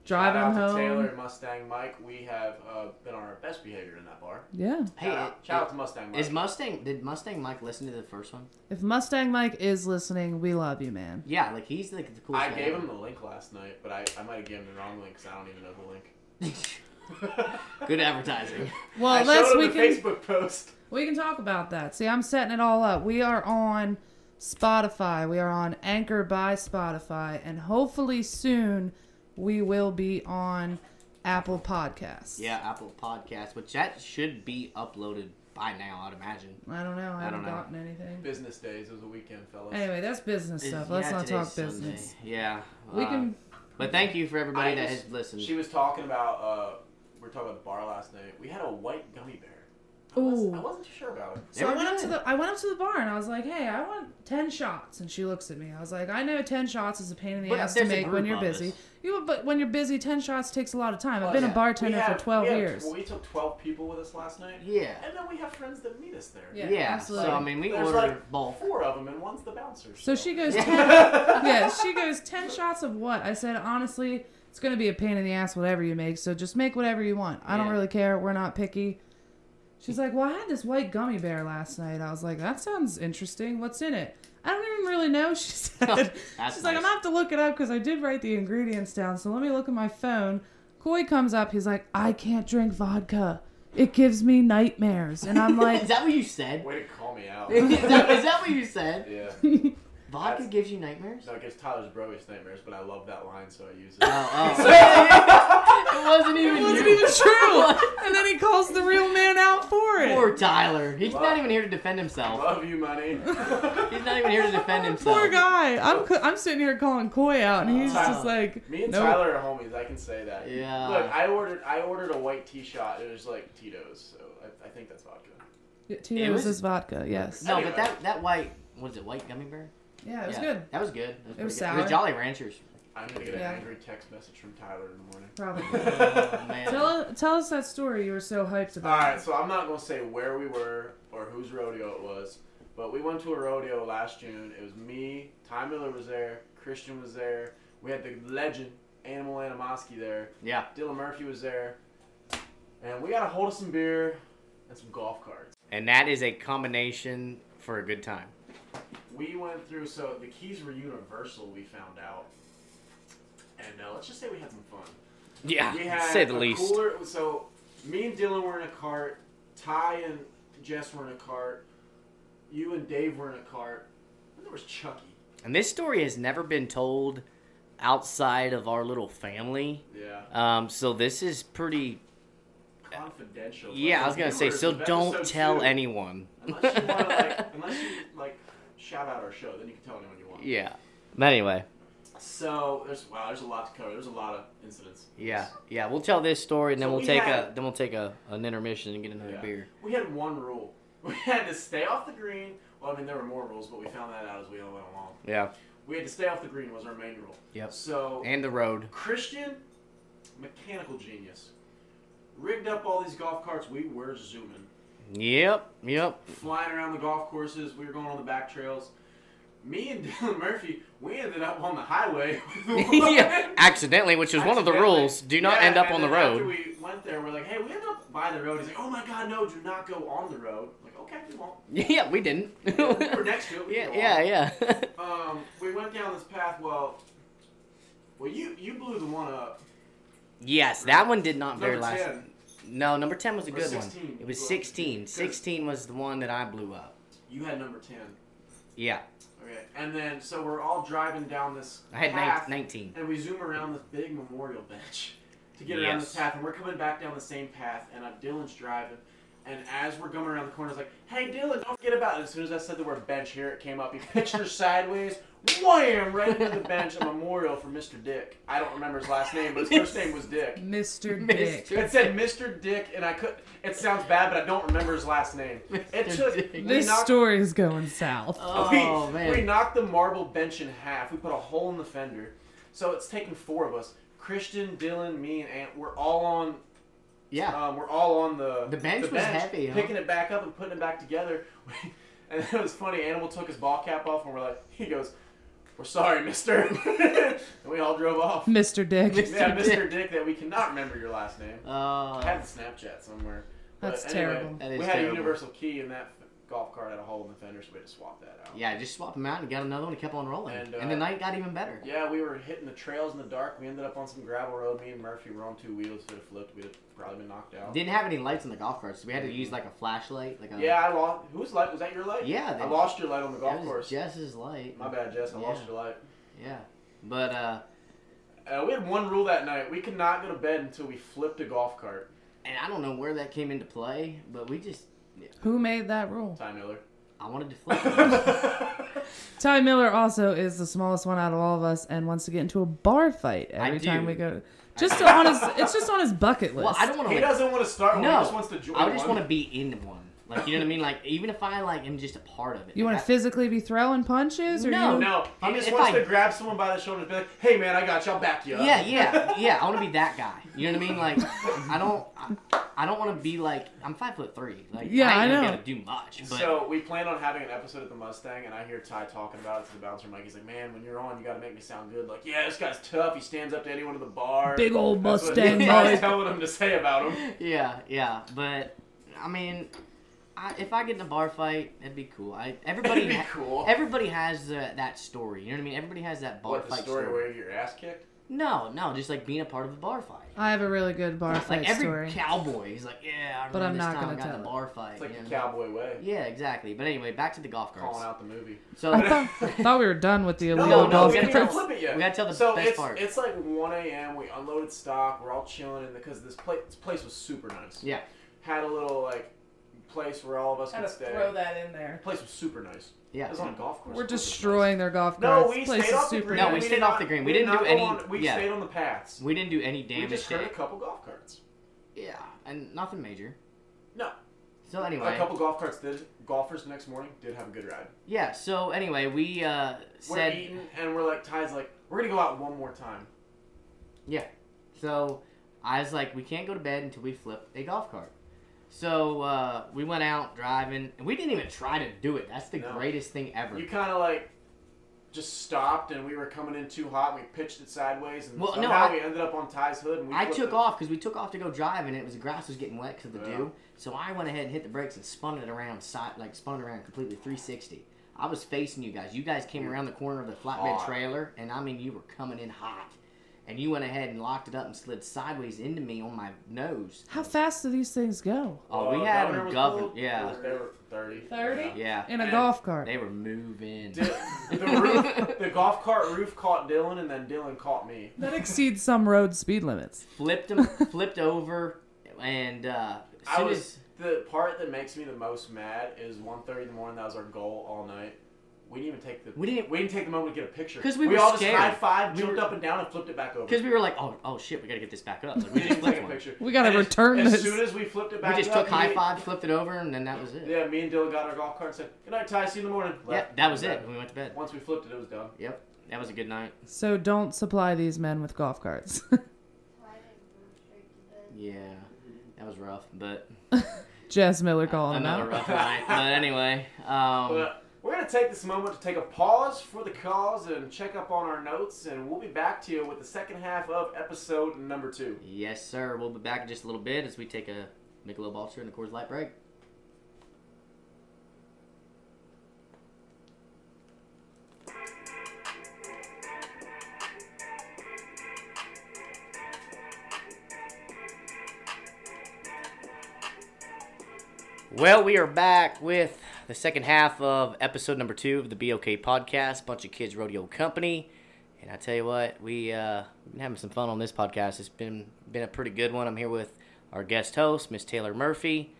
C: driving
A: Shout
C: them
A: out
C: home.
A: To Taylor and Mustang Mike, we have uh, been on our best behavior in that bar.
C: Yeah.
B: Hey,
A: Shout out,
B: it-
A: shout out
B: it-
A: to Mustang Mike.
B: is Mustang? Did Mustang Mike listen to the first one?
C: If Mustang Mike is listening, we love you, man.
B: Yeah, like he's like the coolest.
A: I
B: guy
A: gave him
B: ever.
A: the link last night, but I, I might have given him the wrong link because I don't even know the link.
B: Good advertising.
C: Well,
A: I
C: let's
A: showed
C: we
A: him the
C: can
A: Facebook post.
C: We can talk about that. See, I'm setting it all up. We are on Spotify. We are on Anchor by Spotify, and hopefully soon we will be on Apple Podcasts.
B: yeah, Apple Podcast, which that should be uploaded by now, I'd imagine.
C: I don't know. I,
B: don't
C: haven't
B: know.
C: gotten anything.
A: Business days. It was a weekend, fellas.
C: Anyway, that's business
B: It's-
C: stuff. Let's
B: yeah,
C: not
B: today's
C: talk business.
B: Sunday. Yeah,
C: We
B: uh,
C: can.
B: But thank you for everybody
A: I
B: that
A: just-
B: has listened.
A: She was talking about. Uh, we were talking about the bar last night. We had a white gummy bear. I,
C: Ooh.
A: was, I wasn't too sure about it.
C: So
B: They
C: I
B: were
C: went up to
B: good.
C: the I went up to the bar and I was like, "Hey, I want ten shots." And she looks at me. I was like, "I know ten shots is a pain in the
B: But
C: ass to
B: there's a
C: make when
B: group
C: you're
B: of
C: busy.
B: us.
C: You but when you're busy, ten shots takes a lot of time. I've been
B: Oh, yeah.
C: a
B: We
A: We
C: bartender
A: had-
C: for twelve
A: we had-
C: years.
A: well, we took 12 people with us last night.
B: yeah,
A: And then we have friends that meet us there.
C: Yeah,
B: yeah.
C: absolutely.
B: So I mean, we
A: There's
B: ordered
A: like
B: both.
A: four of them, and one's the bouncer.
C: So she goes
B: Yeah.
C: ten. yeah, she goes ten shots of what? I said honestly, it's gonna be a pain in the ass whatever you make. So just make whatever you want. I don't
B: Yeah.
C: really care. We're not picky. She's like, well, I had this white gummy bear last night. I was like, that sounds interesting. What's in it? I don't even really know. She said.
B: Oh, That's
C: She's like,
B: nice.
C: I'm gonna have to look it up because I did write the ingredients down. So let me look at my phone. Coy comes up. He's like, I can't drink vodka. It gives me nightmares. And I'm like,
B: is that what you said?
A: Way to call me out.
B: is, that, is that what you said?
A: yeah.
B: Vodka
A: That's-
B: gives you nightmares.
A: No, it gives Tyler's broiest nightmares, but I love that line, so I use it.
B: Oh, oh. it wasn't even
C: It wasn't
B: you.
C: even true. and then he calls the real man out for it.
B: Poor Tyler. He's
A: Love-
B: not even here to defend himself.
A: Love you, money.
B: He's not even here to defend himself.
C: Poor guy. I'm c- I'm sitting here calling Coy out, and he's
A: Tyler.
C: just like,
A: Me and
C: Nope.
A: Tyler are homies. I can say that.
B: Yeah.
A: Look, I ordered I ordered a white tea shot. It was like Tito's, so I, I think that's vodka.
B: It
C: Tito's
B: was-
C: is vodka. Yes.
B: no,
A: Anyway.
B: but that that white was it white gummy bear?
C: Yeah, it was
B: yeah,
C: good.
B: That was good. That was
C: It was
B: pretty good. It
C: sour.
B: was Jolly Ranchers.
A: I'm gonna get an
C: Yeah.
A: angry text message from Tyler in the morning.
C: Probably.
B: Oh, man.
C: tell tell us that story you were so hyped
A: All
C: about.
A: right, so I'm not gonna say where we were or whose rodeo it was, but we went to a rodeo last June. It was me, Ty Miller was there, Christian was there. We had the legend Animal Animoski there.
B: Yeah.
A: Dylan Murphy was there, and we got a hold of some beer and some golf carts.
B: And that is a combination for a good time.
A: We went through, so the keys were universal, we found out. And uh, let's just say we had some fun.
B: Yeah,
A: We had
B: say the
A: a
B: least.
A: Cooler, so me and Dylan were in a cart, Ty and Jess were in a cart, you and Dave were in a cart, and there was Chucky.
B: And this story has never been told outside of our little family.
A: Yeah.
B: Um, so this is pretty.
A: Confidential.
B: Yeah,
A: Like,
B: I was gonna say.
A: viewers
B: So
A: of
B: don't
A: episode
B: tell
A: two.
B: anyone.
A: Unless you want to, like, unless you, like, shout out our show, then you can tell anyone you want.
B: Yeah. But anyway,
A: So there's wow, there's a lot to cover. There's a lot of incidents.
B: yeah, yeah. We'll tell this story and then
A: So
B: we'll
A: we
B: take
A: had-
B: a then we'll take a an intermission and get another
A: Yeah.
B: beer.
A: We had one rule. We had to stay off the green. Well, I mean, there were more rules, but we found that out as we all went along.
B: Yeah.
A: We had to stay off the green was our main rule.
B: Yep.
A: So
B: And the road.
A: Christian, mechanical genius, rigged up all these golf carts. We were zooming,
B: Yep. Yep.
A: flying around the golf courses. We were going on the back trails. Me and Dylan Murphy, we ended up on the highway.
B: yeah. Accidentally, which was one of the
A: Accidentally.
B: rules. Do not
A: Yeah,
B: end up
A: and
B: on the
A: then After
B: road.
A: we went there, we're like, hey, we ended up by the road. He's like, oh my god, no, do not go on the road. I'm like, okay, we won't.
B: yeah, we didn't.
A: we were next to it. We
B: yeah,
A: could go
B: yeah,
A: on.
B: yeah.
A: Um, we went down this path. Well, well, you you blew the one up.
B: yes, that one did not very
A: Number
B: last.
A: 10,
B: No, number 10 was a
A: Or
B: good
A: 16.
B: one. It was
A: Well,
B: 16.
A: good.
B: 16 was the one that I blew up.
A: you had number ten.
B: Yeah,
A: Okay, and then so we're all driving down this.
B: I had
A: path,
B: 19. 19.
A: And we zoom around this big memorial bench to get around this
B: Yes.
A: path, and we're coming back down the same path, and uh, Dylan's driving. And as we're coming around the corner, I was like, "Hey, Dylan, don't forget about it." As soon as I said the word bench, here it came up. He pitched her sideways, wham, right into the bench. A memorial for Mr. Dick. I don't remember his last name, but his first name was Dick.
C: Mr. Dick.
A: It said Mr. Dick, and I could. It sounds bad, but I don't remember his last name. It
B: Mr.
A: took.
B: Dick.
A: we
C: This
A: knocked-
C: story is going south.
B: Oh,
A: we,
B: man.
A: we knocked the marble bench in half. We put a hole in the fender. So it's taken four of us. Christian, Dylan, me, and Ant. We're all on.
B: yeah.
A: Um, we're all on the
B: The bench was heavy, huh?
A: Picking it back up and putting it back together. and it was funny. Animal took his ball cap off, and we're like, he goes, "We're sorry, Mister." and we all drove off.
C: Mr. Dick.
A: yeah,
B: Mr. Dick.
A: Mister Dick. That we cannot remember your last name. I
B: Uh,
A: have the Snapchat somewhere.
C: That's terrible.
B: That is
A: we had a
B: terrible.
A: universal key, and that golf cart had a hole in the fender, so we had to swap that out.
B: yeah, just swap them out and got another one and kept on rolling. And,
A: And, uh,
B: the night got even better.
A: Yeah, we were hitting the trails in the dark. We ended up on some gravel road. Me and Murphy were on two wheels. If it had flipped, we'd have probably been knocked out.
B: Didn't have any lights on the golf cart, so we had to use like a flashlight. Like a,
A: yeah, I lost. Whose light was that? Your light?
B: Yeah, they-
A: I lost your light on the
B: that
A: golf
B: was
A: course.
B: Jess's light.
A: My bad, Jess. I lost
B: Yeah.
A: your light.
B: Yeah. But, uh,
A: Uh, we had one rule that night. We could not go to bed until we flipped a golf cart.
B: and I don't know where that came into play, but we just,
C: Who made that rule?
A: Ty Miller.
B: I wanted to flip it.
A: yeah,
C: Ty Miller also is the smallest one out of all of us and wants to get into a bar fight every
B: do.
C: time we go. Just to- on his, it's just on his bucket list.
B: well, I don't want to
A: he doesn't want to start one.
B: No,
A: He just wants to join
B: I just
A: one.
B: want to be in one. Like you know what I mean? Like even if I like am just a part of it.
C: You
B: like,
C: want to
B: I-
C: physically be throwing punches, or
B: No.
C: you?
A: No, he
B: I mean,
A: just
B: if
A: wants
B: I-
A: to grab someone by the shoulder and be like, "Hey, man, I got you. I'll back you up."
B: Yeah, yeah, yeah. I want to be that guy. You know what I mean? Like I don't, I, I don't want to be like I'm five foot three. Like
C: Yeah,
B: I
C: I
B: ain't
C: know.
B: gonna do much. But
A: So we plan on having an episode of the Mustang, and I hear Ty talking about it to the bouncer. Mike, he's like, "Man, when you're on, you got to make me sound good. Like, yeah, this guy's tough. He stands up to anyone at the bar.
C: Big old
A: That's what
C: Mustang,
A: Ty's
C: Mike.
A: telling him to say about him.
B: yeah, yeah. But I mean, I, if I get in a bar fight, that'd be cool. I everybody,
A: It'd be
B: ha-
A: cool.
B: everybody has the, that story. You know what I mean? Everybody has that bar
A: What the
B: fight
A: story where your ass kicked?
B: No, no, just like being a part of a bar fight.
C: I have a really good bar
B: like
C: fight
B: every
C: story.
B: cowboy, he's like, yeah, I remember
C: But I'm
B: this
C: not
B: time
C: gonna
B: I got in
C: tell
B: a
C: it.
B: bar fight.
A: It's like
B: you
A: the
B: know?
A: cowboy way.
B: Yeah, exactly. But anyway, back to the golf carts.
A: Calling out the movie.
B: So
C: I thought, thought we were done with the illegal
B: no, no,
C: golf
B: we
A: we
B: gotta
A: didn't
B: tell-
A: even
C: carts.
A: flip it yet.
B: we gotta tell the
A: so
B: best
A: it's,
B: part.
A: It's like 1 a.m. We unloaded stock. We're all chilling in because this place, this place was super nice.
B: yeah,
A: Had a little like place where all of us could stay. The
C: that in there.
A: place was super nice.
B: yeah.
A: It was on a golf course.
C: We're
A: Of course it was nice.
C: destroying their golf carts.
A: No, we
C: Place
A: stayed
C: is
A: off the
C: super
A: green.
B: No, we
C: nice.
B: stayed
A: did
B: off
A: not-
B: the green. We
A: did
B: didn't do
A: not go
B: any-
A: On, we
B: yeah.
A: stayed on the paths.
B: We didn't do any
A: We
B: damage.
A: just
B: to
A: hurt a
B: it.
A: couple golf carts.
B: Yeah, and nothing major.
A: No,
B: So anyway,
A: a couple golf carts did. Golfers the next morning did have a good ride.
B: yeah. So anyway, we uh,
A: We're
B: said
A: eating and we're like Ty's like we're gonna go out one more time.
B: yeah. So I was like, we can't go to bed until we flip a golf cart. So uh, we went out driving, and we didn't even try to do it. That's the
A: No.
B: greatest thing ever.
A: You kind of like just stopped and we were coming in too hot. and We pitched it sideways and
B: Well, no,
A: somehow
B: I-
A: we ended up on Ty's hood. And we
B: I
A: flipped
B: took
A: it.
B: off because we took off to go drive, and it was the grass was getting wet because of the
A: Yeah.
B: dew. So I went ahead and hit the brakes and spun it around side, like spun it around completely 360. I was facing you guys. You guys came around the corner of the flatbed
A: Hot.
B: trailer, and I mean you were coming in hot. And you went ahead and locked it up and slid sideways into me on my nose.
C: How fast do these things go?
B: Oh, we
A: Uh,
B: had
A: Governor
B: them
A: was
B: governed.
A: cool.
B: Yeah,
A: They were thirty.
C: 30?
A: Yeah.
B: yeah.
C: In a
A: And
C: golf cart.
B: They were moving.
A: Di- the roof, the golf cart roof caught Dylan, and then Dylan caught me.
C: That exceeds some road speed limits.
B: flipped them, flipped over, and uh, as
A: I
B: soon
A: was
B: as
A: the part that makes me the most mad is 1.30 in the morning. That was our goal all night. We didn't even take the
B: We didn't-
A: we didn't take the moment to get a picture
B: 'Cause we
A: we
B: were
A: all
B: scared.
A: just high five,
B: We
A: jumped
B: were-
A: up and down, and flipped it back over.
B: Because we were like, oh, oh shit, we gotta get this back up. Like,
A: we
B: we
A: didn't
B: just
A: take
B: flipped
A: a
B: one.
A: picture.
C: We gotta
A: And as-
C: return
A: as,
C: this.
A: soon as we flipped it
B: We
A: back,
B: just
A: up,
B: took high
A: me-
B: five, flipped it over, and then that was it.
A: Yeah, me and Dylan got our golf cart and said, "Good night, Ty. See you in the morning."
B: Yeah,
A: Left.
B: that was it. When we went to bed.
A: Once we flipped it, it was done.
B: Yep, that was a good night.
C: So don't supply these men with golf carts.
B: Yeah, that was rough, but
C: Jess Miller calling them
B: another rough
C: out.
B: night. But anyway, um,
A: But we're gonna take this moment to take a pause for the cause and check up on our notes, and we'll be back to you with the second half of episode number two.
B: yes, sir. We'll be back in just a little bit as we take a Michelob Ultra and a Coors Light break. Well, we are back with the second half of episode number two of the BOK podcast, Bunch of Kids Rodeo Company. And I tell you what, we, uh, we've been having some fun on this podcast. It's been been a pretty good one. I'm here with our guest host, Miss Taylor Murphy,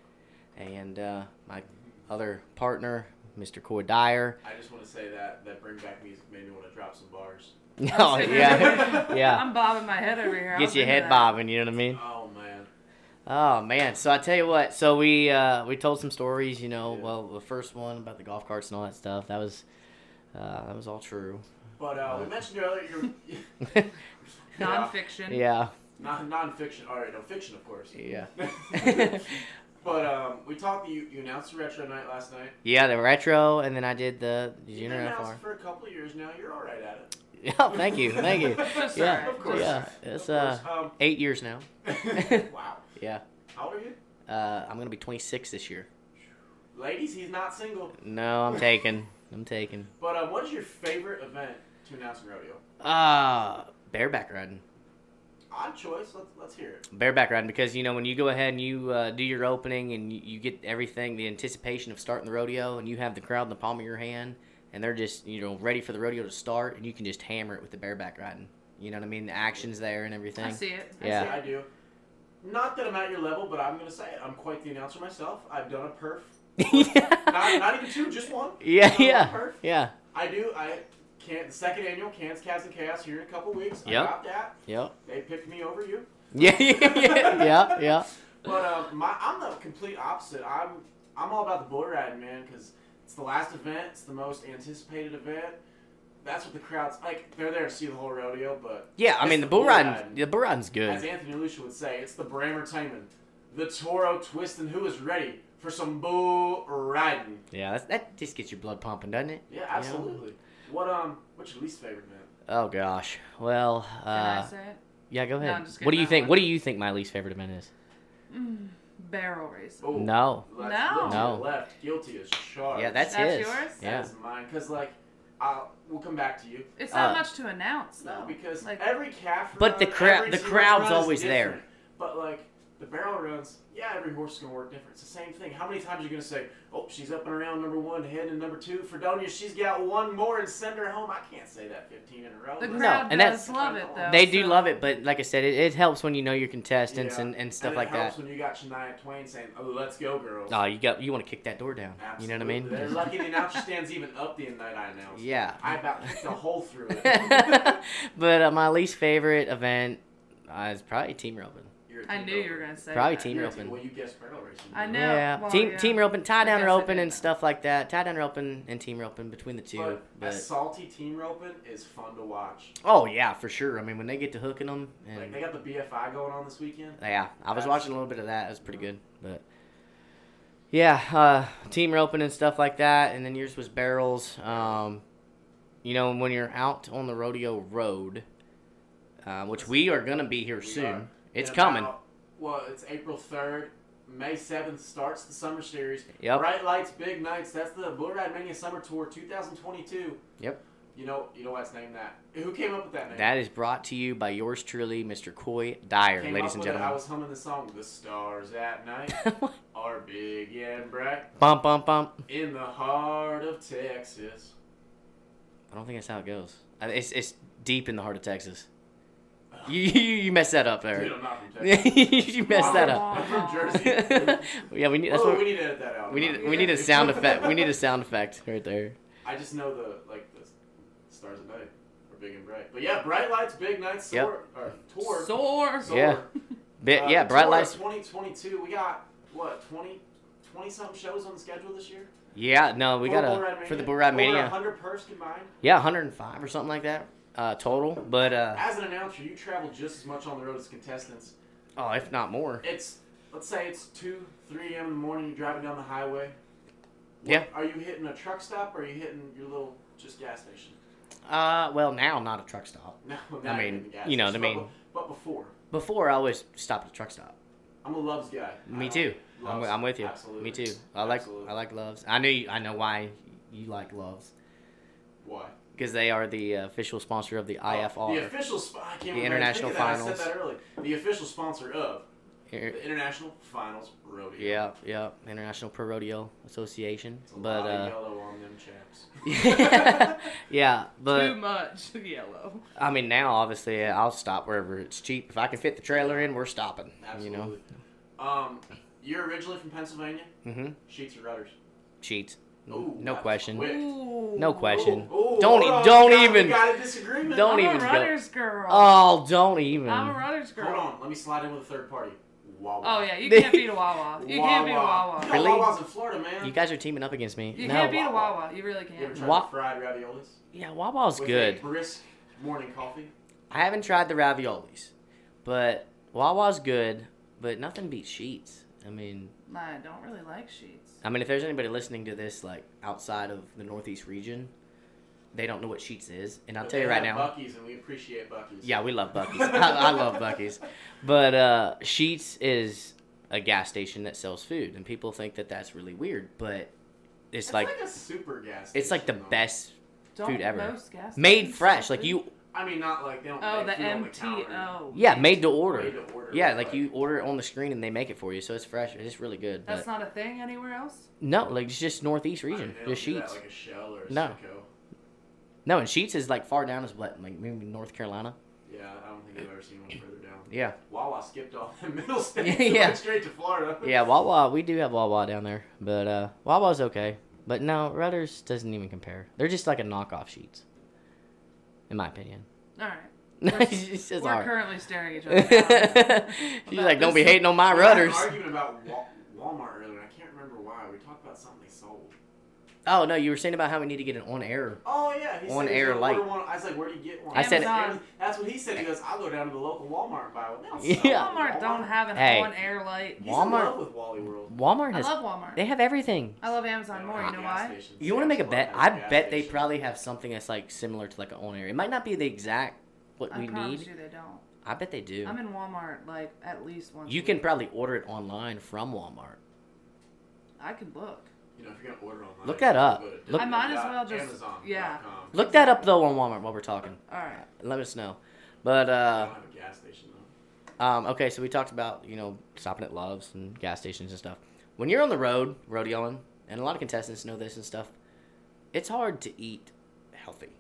B: and uh, my other partner, Mr. Coy Dyer.
A: I just want to say that that bring back music made me want to drop some bars.
B: oh, yeah. yeah.
C: bobbing my head over here.
B: Get your head bobbing, you know what I mean?
A: Oh man,
B: Oh man! So I tell you what. So we uh, we told some stories. You know,
A: Yeah.
B: well, the first one about the golf carts and all that stuff. That was uh, that was all true.
A: but uh, we mentioned earlier your
C: Nonfiction.
B: yeah,
A: non non-fiction. All right, no fiction, of course.
B: yeah,
A: but um, we talked. You you announced the retro night last night.
B: yeah. The retro, and then I did the
A: You've been
B: junior FR.
A: announced for a couple of years now. You're all right at it.
B: Yeah, Oh, thank you, thank you. Yeah,
A: of course.
B: yeah. It's uh
A: Of course.
B: eight years now.
A: Um, wow.
B: Yeah,
A: How old are you?
B: uh, I'm gonna be 26 this year.
A: Ladies, he's not single.
B: No, I'm taking. I'm taking.
A: But um, what is your favorite event to announce in rodeo?
B: Ah, bareback riding.
A: Odd choice. Let's let's hear it.
B: bareback riding because you know when you go ahead and you uh, do your opening and you, you get everything the anticipation of starting the rodeo and you have the crowd in the palm of your hand and they're just you know ready for the rodeo to start and you can just hammer it with the bareback riding you know what i mean the action's there and everything
C: it.
A: I
B: Yeah.
A: say I do. Not that I'm at your level, but I'm gonna say it. I'm quite the announcer myself. I've done a perf. Not, not even two, just one.
B: yeah
A: I've done a
B: yeah
A: Perf.
B: yeah
A: I do. I can't. The second annual Cans, Cats, and Chaos here in a couple weeks. I
B: Yep.
A: got that.
B: yep
A: They picked me over you.
B: yeah yeah yeah yeah
A: But um, my, I'm the complete opposite. I'm I'm all about the bull riding, man, because it's the last event. It's the most anticipated event. That's what the crowds like. They're there to see the whole rodeo, but
B: yeah i
A: It's
B: mean
A: the
B: the bull
A: bull
B: riding
A: riding.
B: the bull riding's
A: as
B: good
A: Anthony Lucia would say, it's the Bramertainment, the Toro twist, and who is ready for some bull riding?
B: yeah that's, that just gets your blood pumping doesn't it
A: Yeah, absolutely. What um, what's your least favorite event?
B: oh gosh well uh
D: it?
B: yeah go ahead
D: I'm just
B: what do
D: kidding,
B: you
D: that
B: think
D: one.
B: what do you think my least favorite event is
D: Barrel race.
A: Oh,
B: no
A: left,
D: No.
A: look to
B: No.
A: the left, guilty as charged.
B: yeah that's,
D: That's
B: his
D: yours?
A: That
B: yeah
A: is mine. Cause like, I'll, we'll come back to you.
D: It's not
B: Uh,
D: much to announce though.
A: No, because
D: like
A: every calf.
B: But the
A: run,
B: crowd-
A: every
B: the
A: team
B: crowd's
A: run is
B: always there.
A: different. But like the barrel runs, yeah, every horse is gonna work different. It's the same thing. How many times are you gonna say, "Oh, she's up and around number one, heading to number two." Fredonia, she's got one more and send her home. I can't say that fifteen in a row.
D: the
A: That's-
D: crowd
B: and that's-
D: does love it though.
B: They do
D: so-
B: love it, but like I said, it, it helps when you know your contestants
A: yeah.
B: and, and stuff
A: it
B: like
A: helps
B: that.
A: When you got Shania Twain saying, "Oh, let's go, girls."
B: Oh, you got you want to kick that door down. You know what I mean?
A: Absolutely. They're lucky the announcer stands even up the night I announced.
B: Yeah.
A: I about kicked a hole through it.
B: but uh, my least favorite event uh, is probably team roping.
A: You're a
D: I
A: team
D: knew you
A: roper.
D: were gonna say
B: Probably
D: that.
B: team
A: You're a
B: roping.
A: Well, you guessed barrel racing.
D: I know.
B: yeah.
D: well,
B: team
D: yeah.
B: team roping, tie
D: I
B: down
D: guess I
B: roping,
D: did
B: and
D: know.
B: stuff like that. Tie down roping and team roping between the two.
A: But,
B: But,
A: a salty team roping is fun to watch.
B: oh yeah, for sure. I mean, when they get to hooking them, and
A: Like they got the BFI going on this weekend.
B: Yeah, I was
A: That's-
B: watching a little bit of that. It was pretty good, but yeah, uh, team roping and stuff like that. And then yours was barrels. Um, you know, when you're out on the rodeo road, uh, which we are gonna be here
A: We
B: soon.
A: are.
B: It's
A: In
B: coming.
A: about- well, it's April third. May seventh starts the summer series.
B: Yep.
A: Bright lights, big nights. That's the Bull Ride Mania Summer Tour 2022.
B: Yep.
A: You know, you know why it's named that. Who came up with that name?
B: That is brought to you by yours truly, Mr. Coy Dyer,
A: Came
B: ladies
A: up
B: and
A: with it. I
B: gentlemen.
A: was humming the song. The stars at night are big and bright
B: bump, bump, bump.
A: in the heart of Texas.
B: I don't think that's how it goes. I- It's it's deep in the heart of Texas. You you, you messed that up
A: Dude,
B: there.
A: I'm not from Texas.
B: you messed that up.
A: I'm from Jersey.
B: yeah, we need. That's
A: oh,
B: what
A: we need to edit that out.
B: We need we need a sound effect. We need a sound effect right there.
A: I just know the like the stars at night are big and bright. But yeah, bright lights, big nights,
B: Yep.
A: soar, or tour.
D: Sore.
A: soar.
B: Yeah. Bit,
A: Uh,
B: yeah,
A: the
B: bright
A: tour of
B: lights.
A: 2022. We got what 20, 20 something shows on the schedule this year.
B: Yeah, no, we
A: For
B: got
A: Bull Ride
B: a for the
A: Mania.
B: Bull Ride
A: Over
B: Mania.
A: 100 purse combined.
B: Yeah, 105 or something like that uh, total. But uh,
A: As an announcer, you travel just as much on the road as contestants.
B: oh, if not more.
A: It's let's say it's two, three a.m. in the morning. You're driving down the highway.
B: Yeah.
A: Are you hitting a truck stop or are you hitting your little just gas station?
B: Uh, well, now not a truck stop.
A: No, not
B: I mean,
A: even the gas
B: you know, the
A: station,
B: main-
A: But, be- but before,
B: Before I always stopped at a truck stop.
A: I'm a loves guy.
B: Me
A: I
B: too. I'm,
A: Loves,
B: I'm with you.
A: Absolutely.
B: Me too. I like
A: Absolutely.
B: I like loves. I knew you, I know why you like loves
A: Why?
B: because they are the uh, official sponsor of the
A: Oh, the
B: IFR
A: official spot. I can't remember. I
B: international
A: was thinking
B: finals.
A: That. I said that early. The official sponsor of
B: Here-
A: the International Finals Rodeo.
B: Yeah, yeah, International Pro Rodeo Association.
A: It's a
B: But
A: lot of
B: uh,
A: yellow on them chaps.
B: yeah,
D: Too
B: but
D: much yellow.
B: I mean now obviously uh, I'll stop wherever it's cheap. If I can fit the trailer in, we're stopping.
A: Absolutely.
B: You know.
A: Um, you're originally from Pennsylvania.
B: Mhm.
A: Sheets or rudders?
B: Cheats.
A: Ooh,
B: no
A: that's
B: question.
A: quick.
D: Ooh.
B: No question.
A: Ooh, ooh,
B: Don't
A: hold
B: e-
A: on,
B: don't
A: we got-
B: even-
A: We got a disagreement.
B: don't e-,
D: I'm
B: even
D: a
B: go-
D: runner's girl.
B: Oh, don't even.
D: I'm a runner's girl.
A: Hold on. Let me slide in with a third party. Wawa.
D: Oh yeah, you can't beat a Wawa. You can't beat a Wawa.
A: You
D: You
A: know,
B: Really?
A: Wawa's in Florida, man.
B: You guys are teaming up against me. no.
D: can't beat a
A: Wawa.
D: Wawa. You really
A: You ever
D: can't.
A: tried
B: Wa-
A: the fried raviolis?
B: yeah, Wawa's
A: With
B: good.
A: a brisk morning coffee.
B: I haven't tried the raviolis, but Wawa's good. But nothing beats Sheets. I mean,
D: I don't really like sheets.
B: I mean, if there's anybody listening to this like outside of the Northeast region, they don't know what Sheets is, and I'll
A: But
B: tell
A: they
B: you right now.
A: have Bucky's, and we appreciate Bucky's.
B: Yeah, we love Bucky's. I, I love Bucky's, but uh, Sheets is a gas station that sells food, and people think that that's really weird, but it's,
A: It's
B: like,
A: like, a super gas.
B: it's like the
A: station, though.
B: best
D: Don't
B: Food ever.
D: Most gas
B: made
D: stations
B: fresh.
D: sell
B: Like
D: food?
B: you,
A: I mean, not like they don't.
D: Oh, the
A: make food on the counter.
D: MTO.
B: yeah, made to
A: Made
B: order.
A: to order,
B: Yeah,
A: but-
B: like you order it on the screen and they make it for you, so it's fresh. It's really good. But
D: That's not a thing anywhere else.
B: no, like it's just Northeast
A: I mean,
B: region,
A: they don't
B: just
A: do that
B: Sheets.
A: Like a shell or a
B: No.
A: Sicko.
B: No, and Sheets is like far down as what, like maybe North Carolina.
A: Yeah, I don't think I've ever seen one further down.
B: Yeah,
A: Wawa skipped all the middle states and
B: Yeah.
A: went straight to Florida.
B: yeah. Wawa, we do have Wawa down there, but uh, Wawa's okay. But no, Rutter's doesn't even compare. They're just like a knockoff Sheets, in my opinion.
D: All right.
B: She's just
D: We're
B: hard.
D: currently staring each other. down.
B: She's
D: About
B: like, don't be
D: this-
B: hating on my
A: We had an
B: rudders.
A: argument about Wa- Walmart earlier. and I can't remember why. We talked about something they sold.
B: Oh no, you were saying about how we need to get an on-air.
A: Oh yeah, he
B: On
A: said he's
B: air
A: gonna
B: light.
A: order One. I was like, "Where do you get one?"
B: I said-
D: Amazon.
A: "That's what he said." He goes, "I'll go down to the local Walmart and buy one." They don't
B: Yeah.
A: sell them at
D: Walmart don't have an
B: Hey.
D: on-air light.
A: He's in
B: Walmart-
A: love with Wally World.
B: Walmart
D: I
B: has.
D: love Walmart.
B: they have everything.
D: I love
A: They don't
D: Amazon more.
A: have
D: You know
A: gas
D: why?
A: stations.
B: You want to
A: They
B: make a
A: actually
B: bet?
A: don't
B: I
A: have gas
B: bet they
A: stations.
B: probably have something that's like similar to like an on-air. It might not be the exact what
D: I
B: we
D: promise
B: need.
D: you they don't.
B: I bet they do.
D: I'm in Walmart like at least once.
B: You
D: a
B: can
D: week.
B: probably order it online from Walmart.
D: I can look.
A: You know, if you're gonna order online,
B: Look that up.
A: go to
B: Look- Uh,
D: I might as well just-
A: Amazon.com.
D: yeah.
B: Look that up though on Walmart while we're talking.
D: All right.
B: Let us know. But
A: I
B: uh,
A: don't have a gas station though.
B: um, okay, so we talked about you know stopping at Loves and gas stations and stuff. When you're on the road rodeoing, and a lot of contestants know this and stuff, it's hard to eat healthy.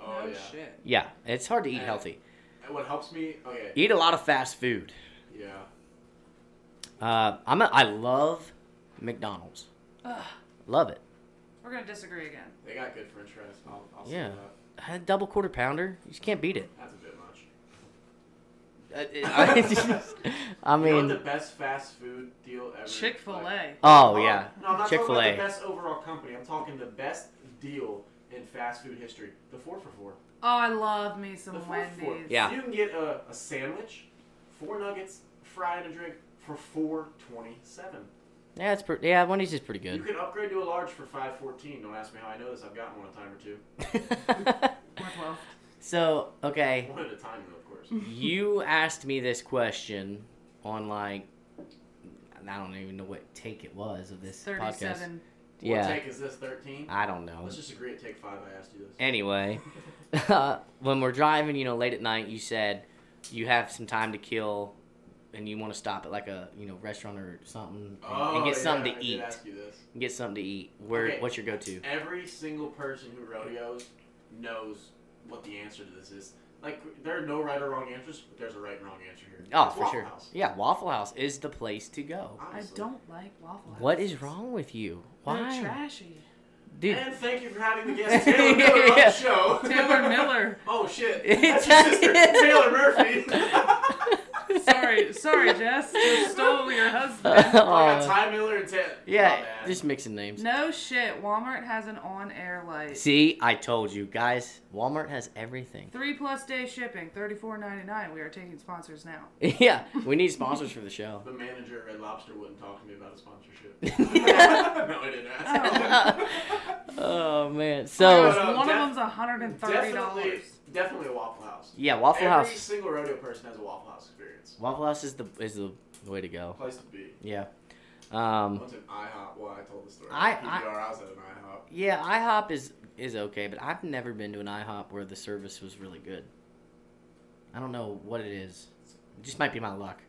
A: Oh
D: no
A: yeah.
D: shit.
B: Yeah, it's hard to eat
A: Yeah.
B: healthy.
A: And What helps me? Okay.
B: Eat a lot of fast food.
A: Yeah.
B: Uh, I'm a, I love McDonald's.
D: Ugh,
B: Love it.
D: we're gonna disagree again.
A: They got good French fries. I'll, I'll say
B: Yeah.
A: that.
B: A double quarter pounder, you just can't beat it.
A: That's a bit much.
B: Uh, it- I, I
A: you know what
B: mean,
A: the best fast food deal ever?
D: Chick Fil
A: like-
D: A.
B: oh yeah,
A: No, Um, I'm not
B: Chick Fil
A: talking about the
B: A.
A: best overall company. I'm talking the best deal in fast food history. The four for four.
D: Oh, I love me some
A: The four
D: Wendy's.
A: for four.
B: Yeah.
A: You can get a, a sandwich, four nuggets, fry and a drink for four twenty seven.
B: Yeah, it's pretty. Yeah, Wendy's is pretty
A: You
B: good.
A: can upgrade to a large for five fourteen. Don't ask me how I know this. I've gotten one a time or two.
D: Or twelve.
B: so okay,
A: One at a time, though, of course.
B: you asked me this question on like I don't even know what take it was of this podcast.
D: Thirty-seven.
A: What
B: Yeah,
A: take is this thirteen?
B: I don't know.
A: Let's just agree at take five. I asked you this.
B: Anyway, when we're driving, you know, late at night, you said you have some time to kill, and you want to stop at like a you know restaurant or something and, and get
A: Oh, yeah,
B: something
A: I
B: to
A: did
B: eat.
A: ask you this.
B: Get something to eat. Where?
A: Okay.
B: What's your go-to?
A: Every single person who rodeos knows what the answer to this is. Like, there are no right or wrong answers, but there's a right and wrong answer here.
B: Oh,
A: It's
B: for
A: Waffle
B: sure.
A: House,
B: Yeah, Waffle House is the place to go.
D: I
A: obviously.
D: don't like waffle.
B: What
D: Houses.
B: is wrong with you?
D: They're
B: Why?
D: trashy.
B: dude.
A: And thank you for having the guest Taylor Miller on
B: Yeah.
A: the show.
D: Taylor Miller.
A: Oh shit! That's your sister, Taylor Murphy. Oh,
D: Sorry, sorry, Jess. You stole your husband.
A: oh, I got Oh,
B: Uh,
A: Ty Miller and Taylor.
B: yeah, just mixing names.
D: No shit. Walmart has an on-air light.
B: See, I told you guys. Walmart has everything.
D: Three plus day shipping, thirty-four ninety-nine. We are taking sponsors now.
B: yeah, we need sponsors for the show.
A: the manager at Red Lobster wouldn't talk to me about a sponsorship. no, I didn't ask.
B: Oh man.
A: Oh,
B: So
A: no,
D: one
A: def-
D: of them's hundred and thirty
A: definitely,
D: dollars.
A: definitely a Waffle House.
B: yeah, Waffle
A: Every
B: House.
A: single rodeo person has a Waffle House experience.
B: Waffle House is the is the way to go.
A: Place to be.
B: Yeah. Um,
A: Once an IHOP. Well, I told the story.
B: I-
A: PBR, I, was at an IHOP.
B: yeah, IHOP is is okay, but I've never been to an IHOP where the service was really good. I don't know what it is. It just might be my luck.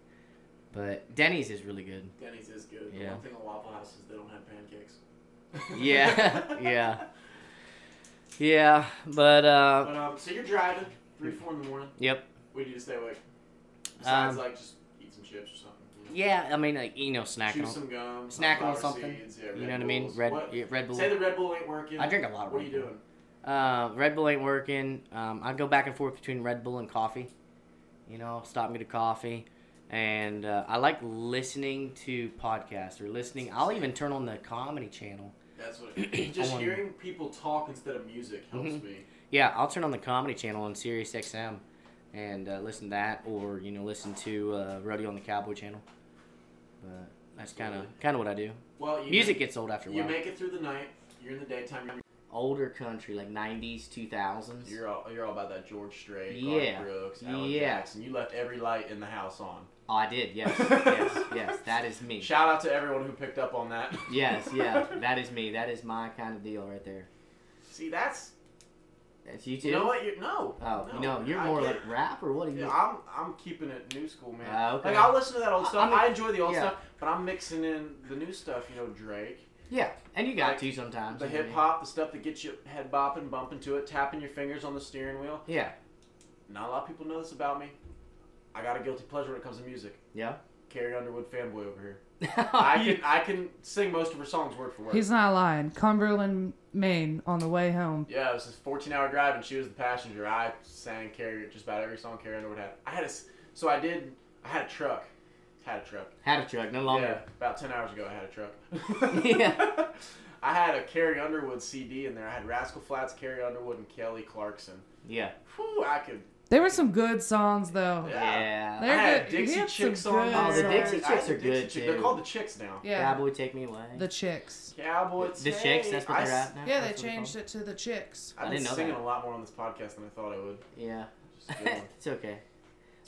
B: But Denny's is really good.
A: Denny's is good. The
B: Yeah.
A: one thing at Waffle House is they don't have pancakes.
B: Yeah, yeah, yeah. But uh,
A: But um, so you're driving three, four in the morning.
B: yep.
A: What do you do to stay awake? Besides,
B: Um,
A: like just eat some chips or something. You know?
B: Yeah, I mean, like, you know, snacking.
A: Chew
B: on-
A: some gum. some
B: snack on
A: flower
B: something.
A: Seeds, yeah,
B: You
A: Red
B: know what I mean?
A: Bulls.
B: Red,
A: What-
B: yeah, Red Bull.
A: Say the Red Bull ain't working.
B: I drink a lot of
A: What are
B: Red
A: you
B: Bull.
A: doing?
B: Uh, Red Bull ain't working. Um, I go back and forth between Red Bull and coffee. You know, stop me to coffee, and uh, I like listening to podcasts or listening. I'll even turn on the comedy channel.
A: That's what. just
B: wanna-
A: hearing people talk instead of music helps
B: Mhm.
A: me.
B: Yeah, I'll turn on the comedy channel on Sirius XM, and uh, listen to that, or you know, listen to uh, Rodeo on the Cowboy channel. But that's kind of kind of what I do.
A: Well, you
B: Music gets old after a
A: Make, you
B: while.
A: make it through the night. You're in the daytime. You're
B: Older country, like '90s, 2000s.
A: You're all you're all about that George Strait,
B: Yeah.
A: Garth Brooks, Alan
B: Yeah.
A: Jackson. You left every light in the house on.
B: Oh, I did. Yes, yes, yes. That is me.
A: Shout out to everyone who picked up on that.
B: Yes, yeah, that is me. That is my kind of deal right there.
A: See, that's
B: That's you too.
A: you know what you no.
B: oh, no, you're more
A: I
B: like
A: can't-
B: rap or what? Are you?
A: Yeah, I'm I'm keeping it new school, man.
B: Ah, okay.
A: Like I'll listen to that old
B: I-
A: stuff.
B: I
A: I,
B: mean-
A: enjoy the old
B: yeah.
A: stuff, but I'm mixing in the new stuff. You know, Drake,
B: yeah, and you got
A: Like,
B: to sometimes.
A: the
B: you know what I
A: hip hop, the stuff that gets you head bopping, bumping to it, tapping your fingers on the steering wheel.
B: mean? Yeah,
A: Not a lot of people know this about me. I got a guilty pleasure when it comes to music.
B: yeah.
A: Carrie Underwood fanboy over here. I can I can sing most of her songs word for word.
C: He's not lying. Cumberland, Maine, on the way home.
A: Yeah, it was this 14 hour drive, and she was the passenger. I sang Carrie just about every song Carrie Underwood had. I had a s- so I did. I had a truck. Had a truck.
B: had a truck no
A: Yeah,
B: longer.
A: about 10 hours ago, I had a truck.
B: Yeah.
A: I had a Carrie Underwood CD in there. I had Rascal Flats, Carrie Underwood, and Kelly Clarkson.
B: Yeah,
A: Whew, I could.
C: There were some good songs though.
A: Yeah.
B: yeah.
A: I
C: They're
A: had
C: good- he
A: Dixie
C: had some
A: Chicks on.
C: good
A: there.
C: Oh, the
B: Dixie
A: I had
B: Chicks are
A: Dixie
B: good,
A: Chick- They're
B: too.
A: called the Chicks now.
C: Yeah,
B: Cowboy, take me away.
C: the chicks.
A: Cowboy
B: the chicks. That's what
A: I
B: they're
A: s-
B: at now.
C: Yeah, they
B: That's what they're
C: changed it to the chicks.
A: I've
B: I
A: been
B: didn't know
A: singing
B: that.
A: a lot more on this podcast than I thought I would.
B: called. Yeah,
A: Just kidding.
B: it's okay.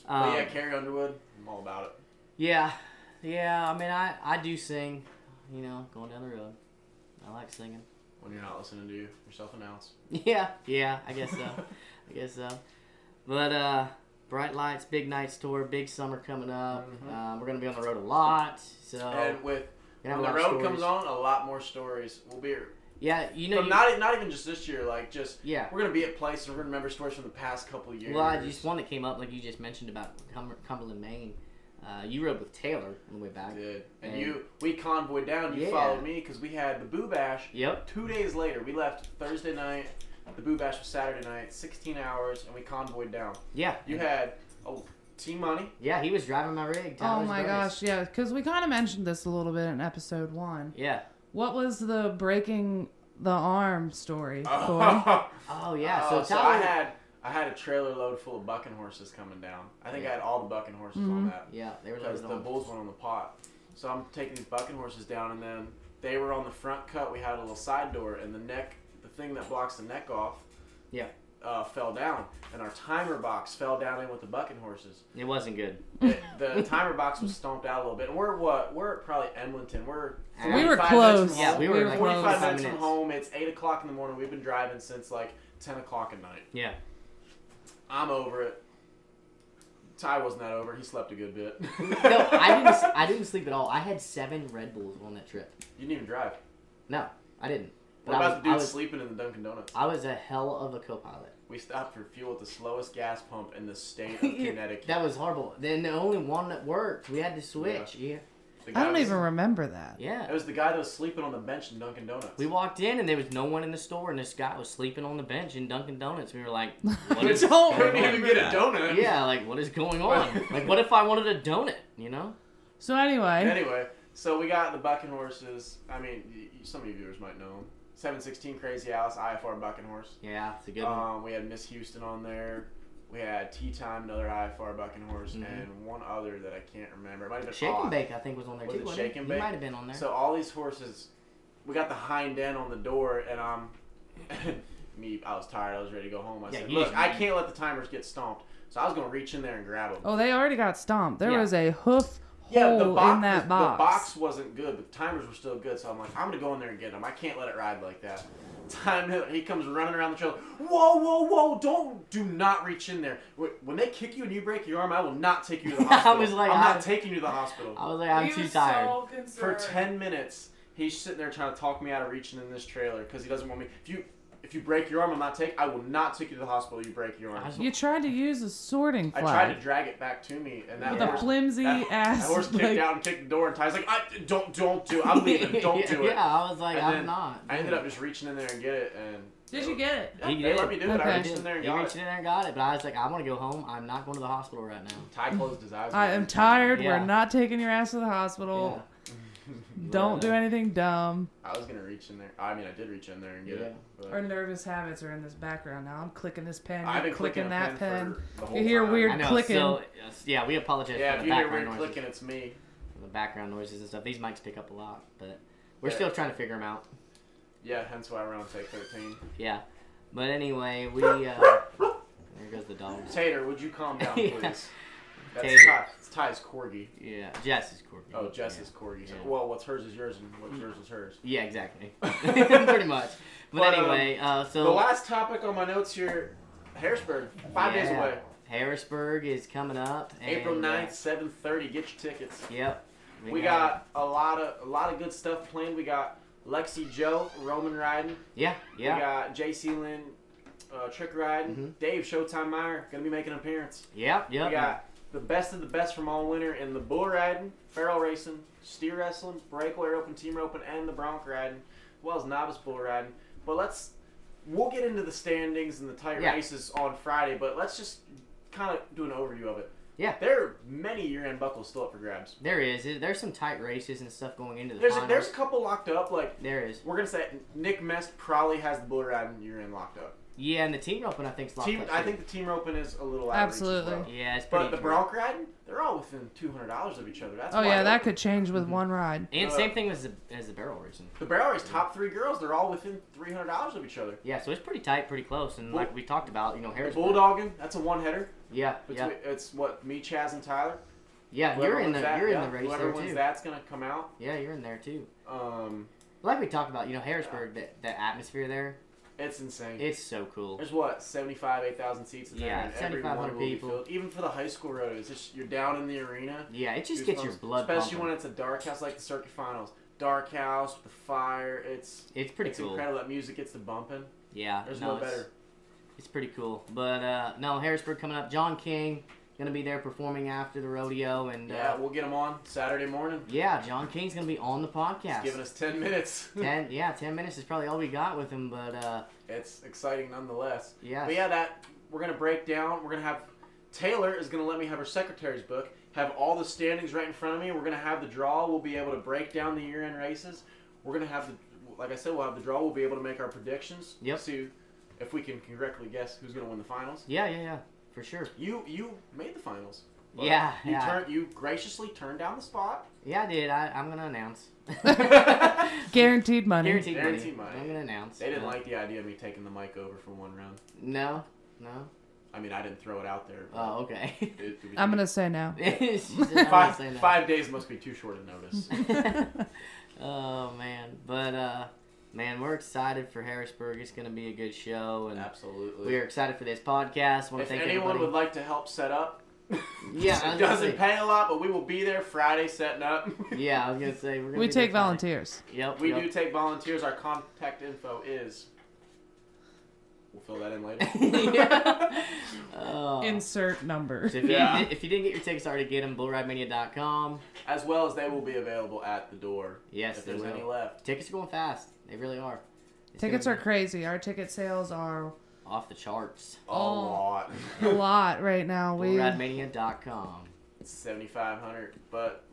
A: but
B: Um,
A: yeah, Carrie Underwood, I'm all about it.
B: yeah, yeah. I mean, I I do sing. You know, going down the road. I like singing.
A: When you're not listening to you, yourself announce.
B: Yeah, yeah, I guess so. I guess so. But uh, Bright Lights, Big Nights tour, big summer coming up.
A: Mhm.
B: Um, we're gonna be on the road a lot, so
A: and with
B: we're
A: when
B: gonna have a
A: the
B: lot
A: road
B: of stories.
A: comes on, a lot more stories will be.
B: Yeah, you know,
A: From
B: you,
A: not e, not even just this year, like just
B: yeah.
A: we're gonna be at place and we're gonna remember stories from the past couple years.
B: Well, I just one that came up, like you just mentioned about Cum- Cumberland, Maine. Uh, you rode with Taylor on the way back.
A: did, and
B: And-
A: you we convoyed down. You
B: Yeah.
A: followed me because we had the Boo Bash
B: Yep.
A: two days later. We left Thursday night. The Boo Bash was Saturday night, 16 hours, and we convoyed down.
B: Yeah.
A: You had oh, T Money.
B: yeah, he was driving my rig.
C: Oh
B: Tyler's
C: my
B: brothers.
C: gosh, yeah, because we kind of mentioned this a little bit in episode one.
B: Yeah.
C: What was the breaking the arm story? Corey?
A: Oh,
B: Oh yeah. so Tyler.
A: so I had I had a trailer load full of bucking horses coming down. I think I had all the bucking horses on that.
B: yeah, they were
A: because
B: loaded
A: the
B: on.
A: bulls went on the pot. So I'm taking these bucking horses down, and then they were on the front cut. We had a little side door, and the neck, the thing that blocks the neck off,
B: Yeah.
A: uh, fell down, and our timer box fell down in with the bucking horses.
B: It wasn't good.
A: It- the timer box was stomped out a little bit. And we're what? We're at probably Edmonton. We're
B: And we were
A: 45 minutes
C: close.
A: from
B: Yeah,
A: home.
B: we were, like,
A: 45
B: close.
A: minutes from
B: Minutes.
A: home. It's eight o'clock in the morning. We've been driving since like ten o'clock at night.
B: Yeah.
A: I'm over it. Ty wasn't that over. He slept a good bit.
B: No, I didn't. s- I didn't sleep at all. I had seven Red Bulls on that trip.
A: You didn't even drive.
B: No, I didn't. But
A: What
B: I
A: about
B: was,
A: the
B: I
A: dude
B: was,
A: sleeping in the Dunkin' Donuts?
B: I was a hell of a co-pilot.
A: We stopped for fuel at the slowest gas pump in the state of Connecticut.
B: that was horrible. Then the only one that worked, we had to switch. Yeah.
A: The guy
C: I don't
A: was-
C: even remember that.
A: It
B: Yeah.
A: was the guy that was sleeping on the bench in Dunkin' Donuts.
B: We walked in and there was no one in the store, and this guy was sleeping on the bench in Dunkin' Donuts. We were like, what is
A: don't
B: going
A: couldn't
B: on?
A: even get a donut.
B: Oh, Yeah, like what is going on? like what if I wanted a donut? You know?
C: So anyway,
A: Anyway, so we got the bucking horses. I mean, y- y- some of you viewers might know them. 716 Crazy Alice, IFR bucking horse.
B: Yeah, it's a good one.
A: Um, we had Miss Houston on there. We had Tea Time, another IFR bucking horse,
B: Mhm.
A: and one other that I can't remember. It might have been
B: Shake
A: Oz.
B: and Bake, I think, was on there
A: Was
B: too.
A: it
B: wasn't
A: Shake and
B: He
A: Bake?
B: might have been on there.
A: So all these horses, we got the hind end on the door, and um, me, I was tired. I was ready to go home. I
B: Yeah,
A: said,
B: you
A: "Look,
B: just-
A: I can't let the timers get stomped." So I was gonna reach in there and grab them.
C: oh, they already got stomped. There
B: Yeah.
C: was a hoof
A: yeah, the
C: hole
A: box,
C: in
A: the-
C: that
A: the box wasn't good, but the timers were still good. So I'm like, I'm gonna go in there and get them. I can't let it ride like that. Time he comes running around the trail. Whoa, whoa, whoa! Don't do not reach in there. Wh- When they kick you and you break your arm, I will not take you to the
B: I
A: hospital.
B: was like,
A: I'm
B: I-
A: not taking you to the hospital.
B: I was like, I'm
D: He
B: too
D: was
B: tired.
D: So
A: for
D: concerned.
A: ten minutes. He's sitting there trying to talk me out of reaching in this trailer because he doesn't want me. If you if you break your arm, I'm not take. I will not take you to the hospital. You break your
B: I
A: arm.
B: was-
C: You tried to use a sorting
A: I
C: flag
A: tried to drag it back to me, and that
C: with a
A: horse,
C: flimsy
A: that,
C: ass.
A: that horse kicked
C: like-
A: out and kicked the door. And Ty's like, I, "Don't, don't do. it. I'm leaving. Don't
B: yeah,
A: do it."
B: Yeah, I was like,
A: And
B: I'm
A: then
B: not.
A: I ended up just reaching in there and get it, and
C: Did you get it?
A: Yeah,
B: He
A: they
B: did.
A: let me do it.
C: Okay.
A: I
B: I
A: reached
B: did.
A: in there and
B: He
A: got
B: reached
A: it.
B: in there and got it, but I was like, I want to go home. I'm not going to the hospital right now.
A: Ty closed his eyes.
C: I
A: when
C: am
A: did.
C: tired.
B: Yeah.
C: We're not taking your ass to the hospital. Don't do
B: Yeah.
C: anything dumb.
A: I was gonna reach in there. I mean, I did reach in there and get it. But
C: Our nervous habits are in this background now. I'm clicking this pen.
A: I've been
C: You're clicking,
A: clicking,
C: that
A: a pen.
C: pen.
A: for the whole
C: You hear
A: time.
C: weird-
B: I know.
C: Clicking.
B: So, yeah, we apologize
A: Yeah,
B: for
A: if
B: the
A: you hear
B: background
A: weird
B: noises.
A: clicking, it's me.
B: The background noises and stuff. These mics pick up a lot, but we're
A: Yeah.
B: still trying to figure them out.
A: Yeah, hence why we're on take 13.
B: Yeah. But anyway, we. Uh, there goes the dog.
A: Tater, would you calm down, please?
B: Yeah.
A: That's
B: Tater.
A: Ty. It's Ty's corgi.
B: Yeah, Jess is Corbin.
A: Oh, Jess's corgi. So,
B: Yeah. Mm.
A: well, what's hers is yours, and what's yours is hers.
B: Yeah, exactly. Pretty much. But,
A: But, um,
B: anyway, uh, so
A: the last topic on my notes here Harrisburg, five days
B: Yeah.
A: away.
B: Harrisburg is coming up. and,
A: April
B: uh,
A: 9th, 7.30. Get your tickets.
B: Yep.
A: We got a lot of a lot of good stuff planned. We got Lexi Joe, Roman Riding.
B: Yeah, yeah.
A: We got JC Lynn, uh, Trick Riding.
B: Mhm.
A: Dave Showtime Meyer, going to be making an appearance.
B: Yep, yep.
A: We got the best of the best from all winter in the bull riding, barrel racing, steer wrestling, breakaway roping, team roping, and the bronc riding, as well as novice bull riding. But let's we'll get into the standings and the tight
B: Yeah.
A: races on Friday. But let's just kind of do an overview of it.
B: Yeah.
A: there are many year-end buckles still up for grabs.
B: There is. There's some tight races and stuff going into the
A: There's a,
B: finals.
A: there's a couple locked up. Like
B: There is.
A: we're gonna say, Nick Mest probably has the bull riding year-end locked up.
B: Yeah, and the team roping I think is locked
A: team,
B: up,
A: I
B: too.
A: think the team roping is a little out of reach as
C: Absolutely.
A: well.
B: Yeah, it's pretty.
A: But the bronc riding, they're all within two hundred dollars of each other. That's
C: Oh yeah,
A: wide
C: that
A: open.
C: could change with one ride.
B: And
A: uh,
B: same thing as the as the barrel racing.
A: The barrel race top three girls, they're all within three hundred dollars of each other.
B: Yeah, so it's pretty tight, pretty close, and
A: Bull-
B: like we talked about, you know,
A: The
B: Harrisburg.
A: bulldogging, that's a one header.
B: Yeah, yeah,
A: Between it's what me, Chaz, and Tyler.
B: yeah.
A: Whoever
B: You're in
A: wins
B: the
A: that,
B: you're in
A: yeah,
B: the race
A: Whoever
B: there
A: wins
B: too.
A: that's gonna come out.
B: Yeah, you're in there too.
A: Um,
B: Like we talked about, you know, Harrisburg, that that atmosphere there,
A: it's insane.
B: it's so cool.
A: There's what 75, 8,000 seats in
B: Yeah,
A: there, and every
B: 7,500
A: one will be
B: people.
A: filled. Even for the high school road, it's just you're down in the arena.
B: Yeah, it just gets your
A: Goosebumps.
B: blood
A: especially
B: pumping.
A: when it's a dark house like the circuit finals. Dark house, the fire, it's
B: It's pretty
A: it's
B: cool. Uh,
A: incredible. That music gets to bumping.
B: Yeah,
A: There's
B: no,
A: no
B: it's-
A: better.
B: It's pretty cool. But uh, no, Harrisburg coming up. John King gonna be there performing after the rodeo, and
A: Yeah,
B: uh,
A: we'll get them on Saturday morning.
B: yeah, John King's gonna be on the
A: He's
B: podcast.
A: giving us ten minutes.
B: ten, yeah, ten minutes is probably all we got with him. But uh,
A: it's exciting nonetheless.
B: yeah,
A: But yeah, that we're gonna break down. We're gonna have Taylor is gonna let me have her secretary's book. Have all the standings right in front of me. We're gonna have the draw. We'll be able to break down the year-end races. We're gonna have the, like I said, we'll have the draw. We'll be able to make our predictions.
B: Yep.
A: See if we can correctly guess who's gonna win the finals.
B: yeah, yeah, yeah, for sure.
A: You you made the finals. But
B: Yeah,
A: You
B: yeah.
A: turn you graciously turned down the spot.
B: Yeah, I did. I, I'm gonna announce.
C: Guaranteed money.
B: Guaranteed,
A: Guaranteed
B: money.
A: money.
B: I'm gonna announce.
A: They didn't
B: Uh,
A: like the idea of me taking the mic over for one round.
B: No, no.
A: I mean, I didn't throw it out there. but
B: Oh, okay.
A: it- it was-
C: I'm gonna say no.
B: She said, "I'm gonna
A: five,
B: say no."
A: five days must be too short a notice.
B: oh man, but uh, man, we're excited for Harrisburg. It's gonna be a good show, and
A: Absolutely.
B: we are excited for this podcast. Want to
A: If
B: thank
A: anyone
B: everybody.
A: would like to help set up,
B: Yeah, I
A: it
B: was gonna
A: doesn't
B: say-
A: pay a lot, but we will be there Friday setting up.
B: Yeah, I was gonna say we're gonna
C: We
B: be there
C: take
B: Friday.
C: volunteers.
B: Yep,
A: we
B: yep.
A: do take volunteers. Our contact info is We'll fill that in later.
B: Yeah. Oh.
C: Insert number.
B: So if,
A: Yeah.
B: you, if you didn't get your tickets already, get them. BlueRideMania.com.
A: As well as they will be available at the door.
B: Yes,
A: if there's
B: they will.
A: any left.
B: Tickets are going fast. They really are. It's
C: Tickets are
B: gonna
C: crazy. Our ticket sales are
B: be off the charts.
A: A
C: Oh.
A: lot.
C: a lot right now. We
B: BlueRideMania.com.
A: Seventy five hundred. But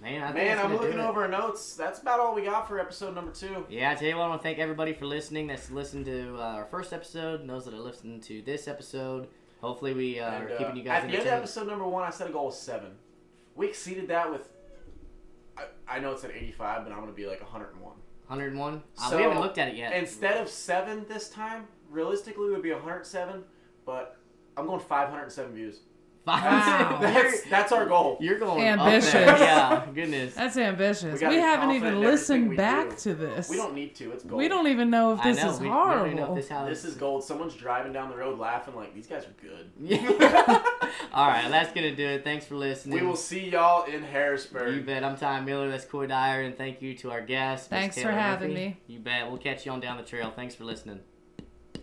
B: Man, I think
A: man,
B: that's
A: I'm
B: gonna do
A: looking
B: it.
A: over our notes. That's about all we got for episode number two.
B: Yeah, I tell you what, I want to thank everybody for listening. That's listened to uh, our first episode, and those that are listening to this episode. Hopefully, we uh,
A: And,
B: are
A: uh,
B: keeping you guys
A: at the end of
B: entertained.
A: episode number one, I set a goal of seven. We exceeded that with. I, I know it's at 85, but I'm gonna be like 101.
B: 101. Uh,
A: So-
B: we haven't looked at it yet.
A: Instead of seven this time, realistically, it would be 107. But I'm going 507 views.
C: Wow.
A: That's that's our goal.
B: You're going
C: Ambitious.
B: Up there. Yeah, goodness.
C: that's ambitious.
A: We
C: We,
A: gotta be
C: haven't
A: confident
C: even
A: in everything
C: listened
A: we
C: back
A: do.
C: to this.
A: We don't need to. It's gold.
C: We don't even know if
B: I
C: this
B: know,
C: is
B: we, We don't even know
C: horrible.
B: if this, how
A: This is gold. Someone's driving down the road laughing like these guys are good.
B: All right, that's gonna do it. Thanks for listening.
A: We will see y'all in
B: You
A: Harrisburg.
B: bet. I'm Ty Miller. That's Coy Dyer, and thank you to our guest. Miss
C: Thanks for
B: Taylor
C: having
B: Murphy.
C: me.
B: You bet. We'll catch you on down the trail. Thanks for listening.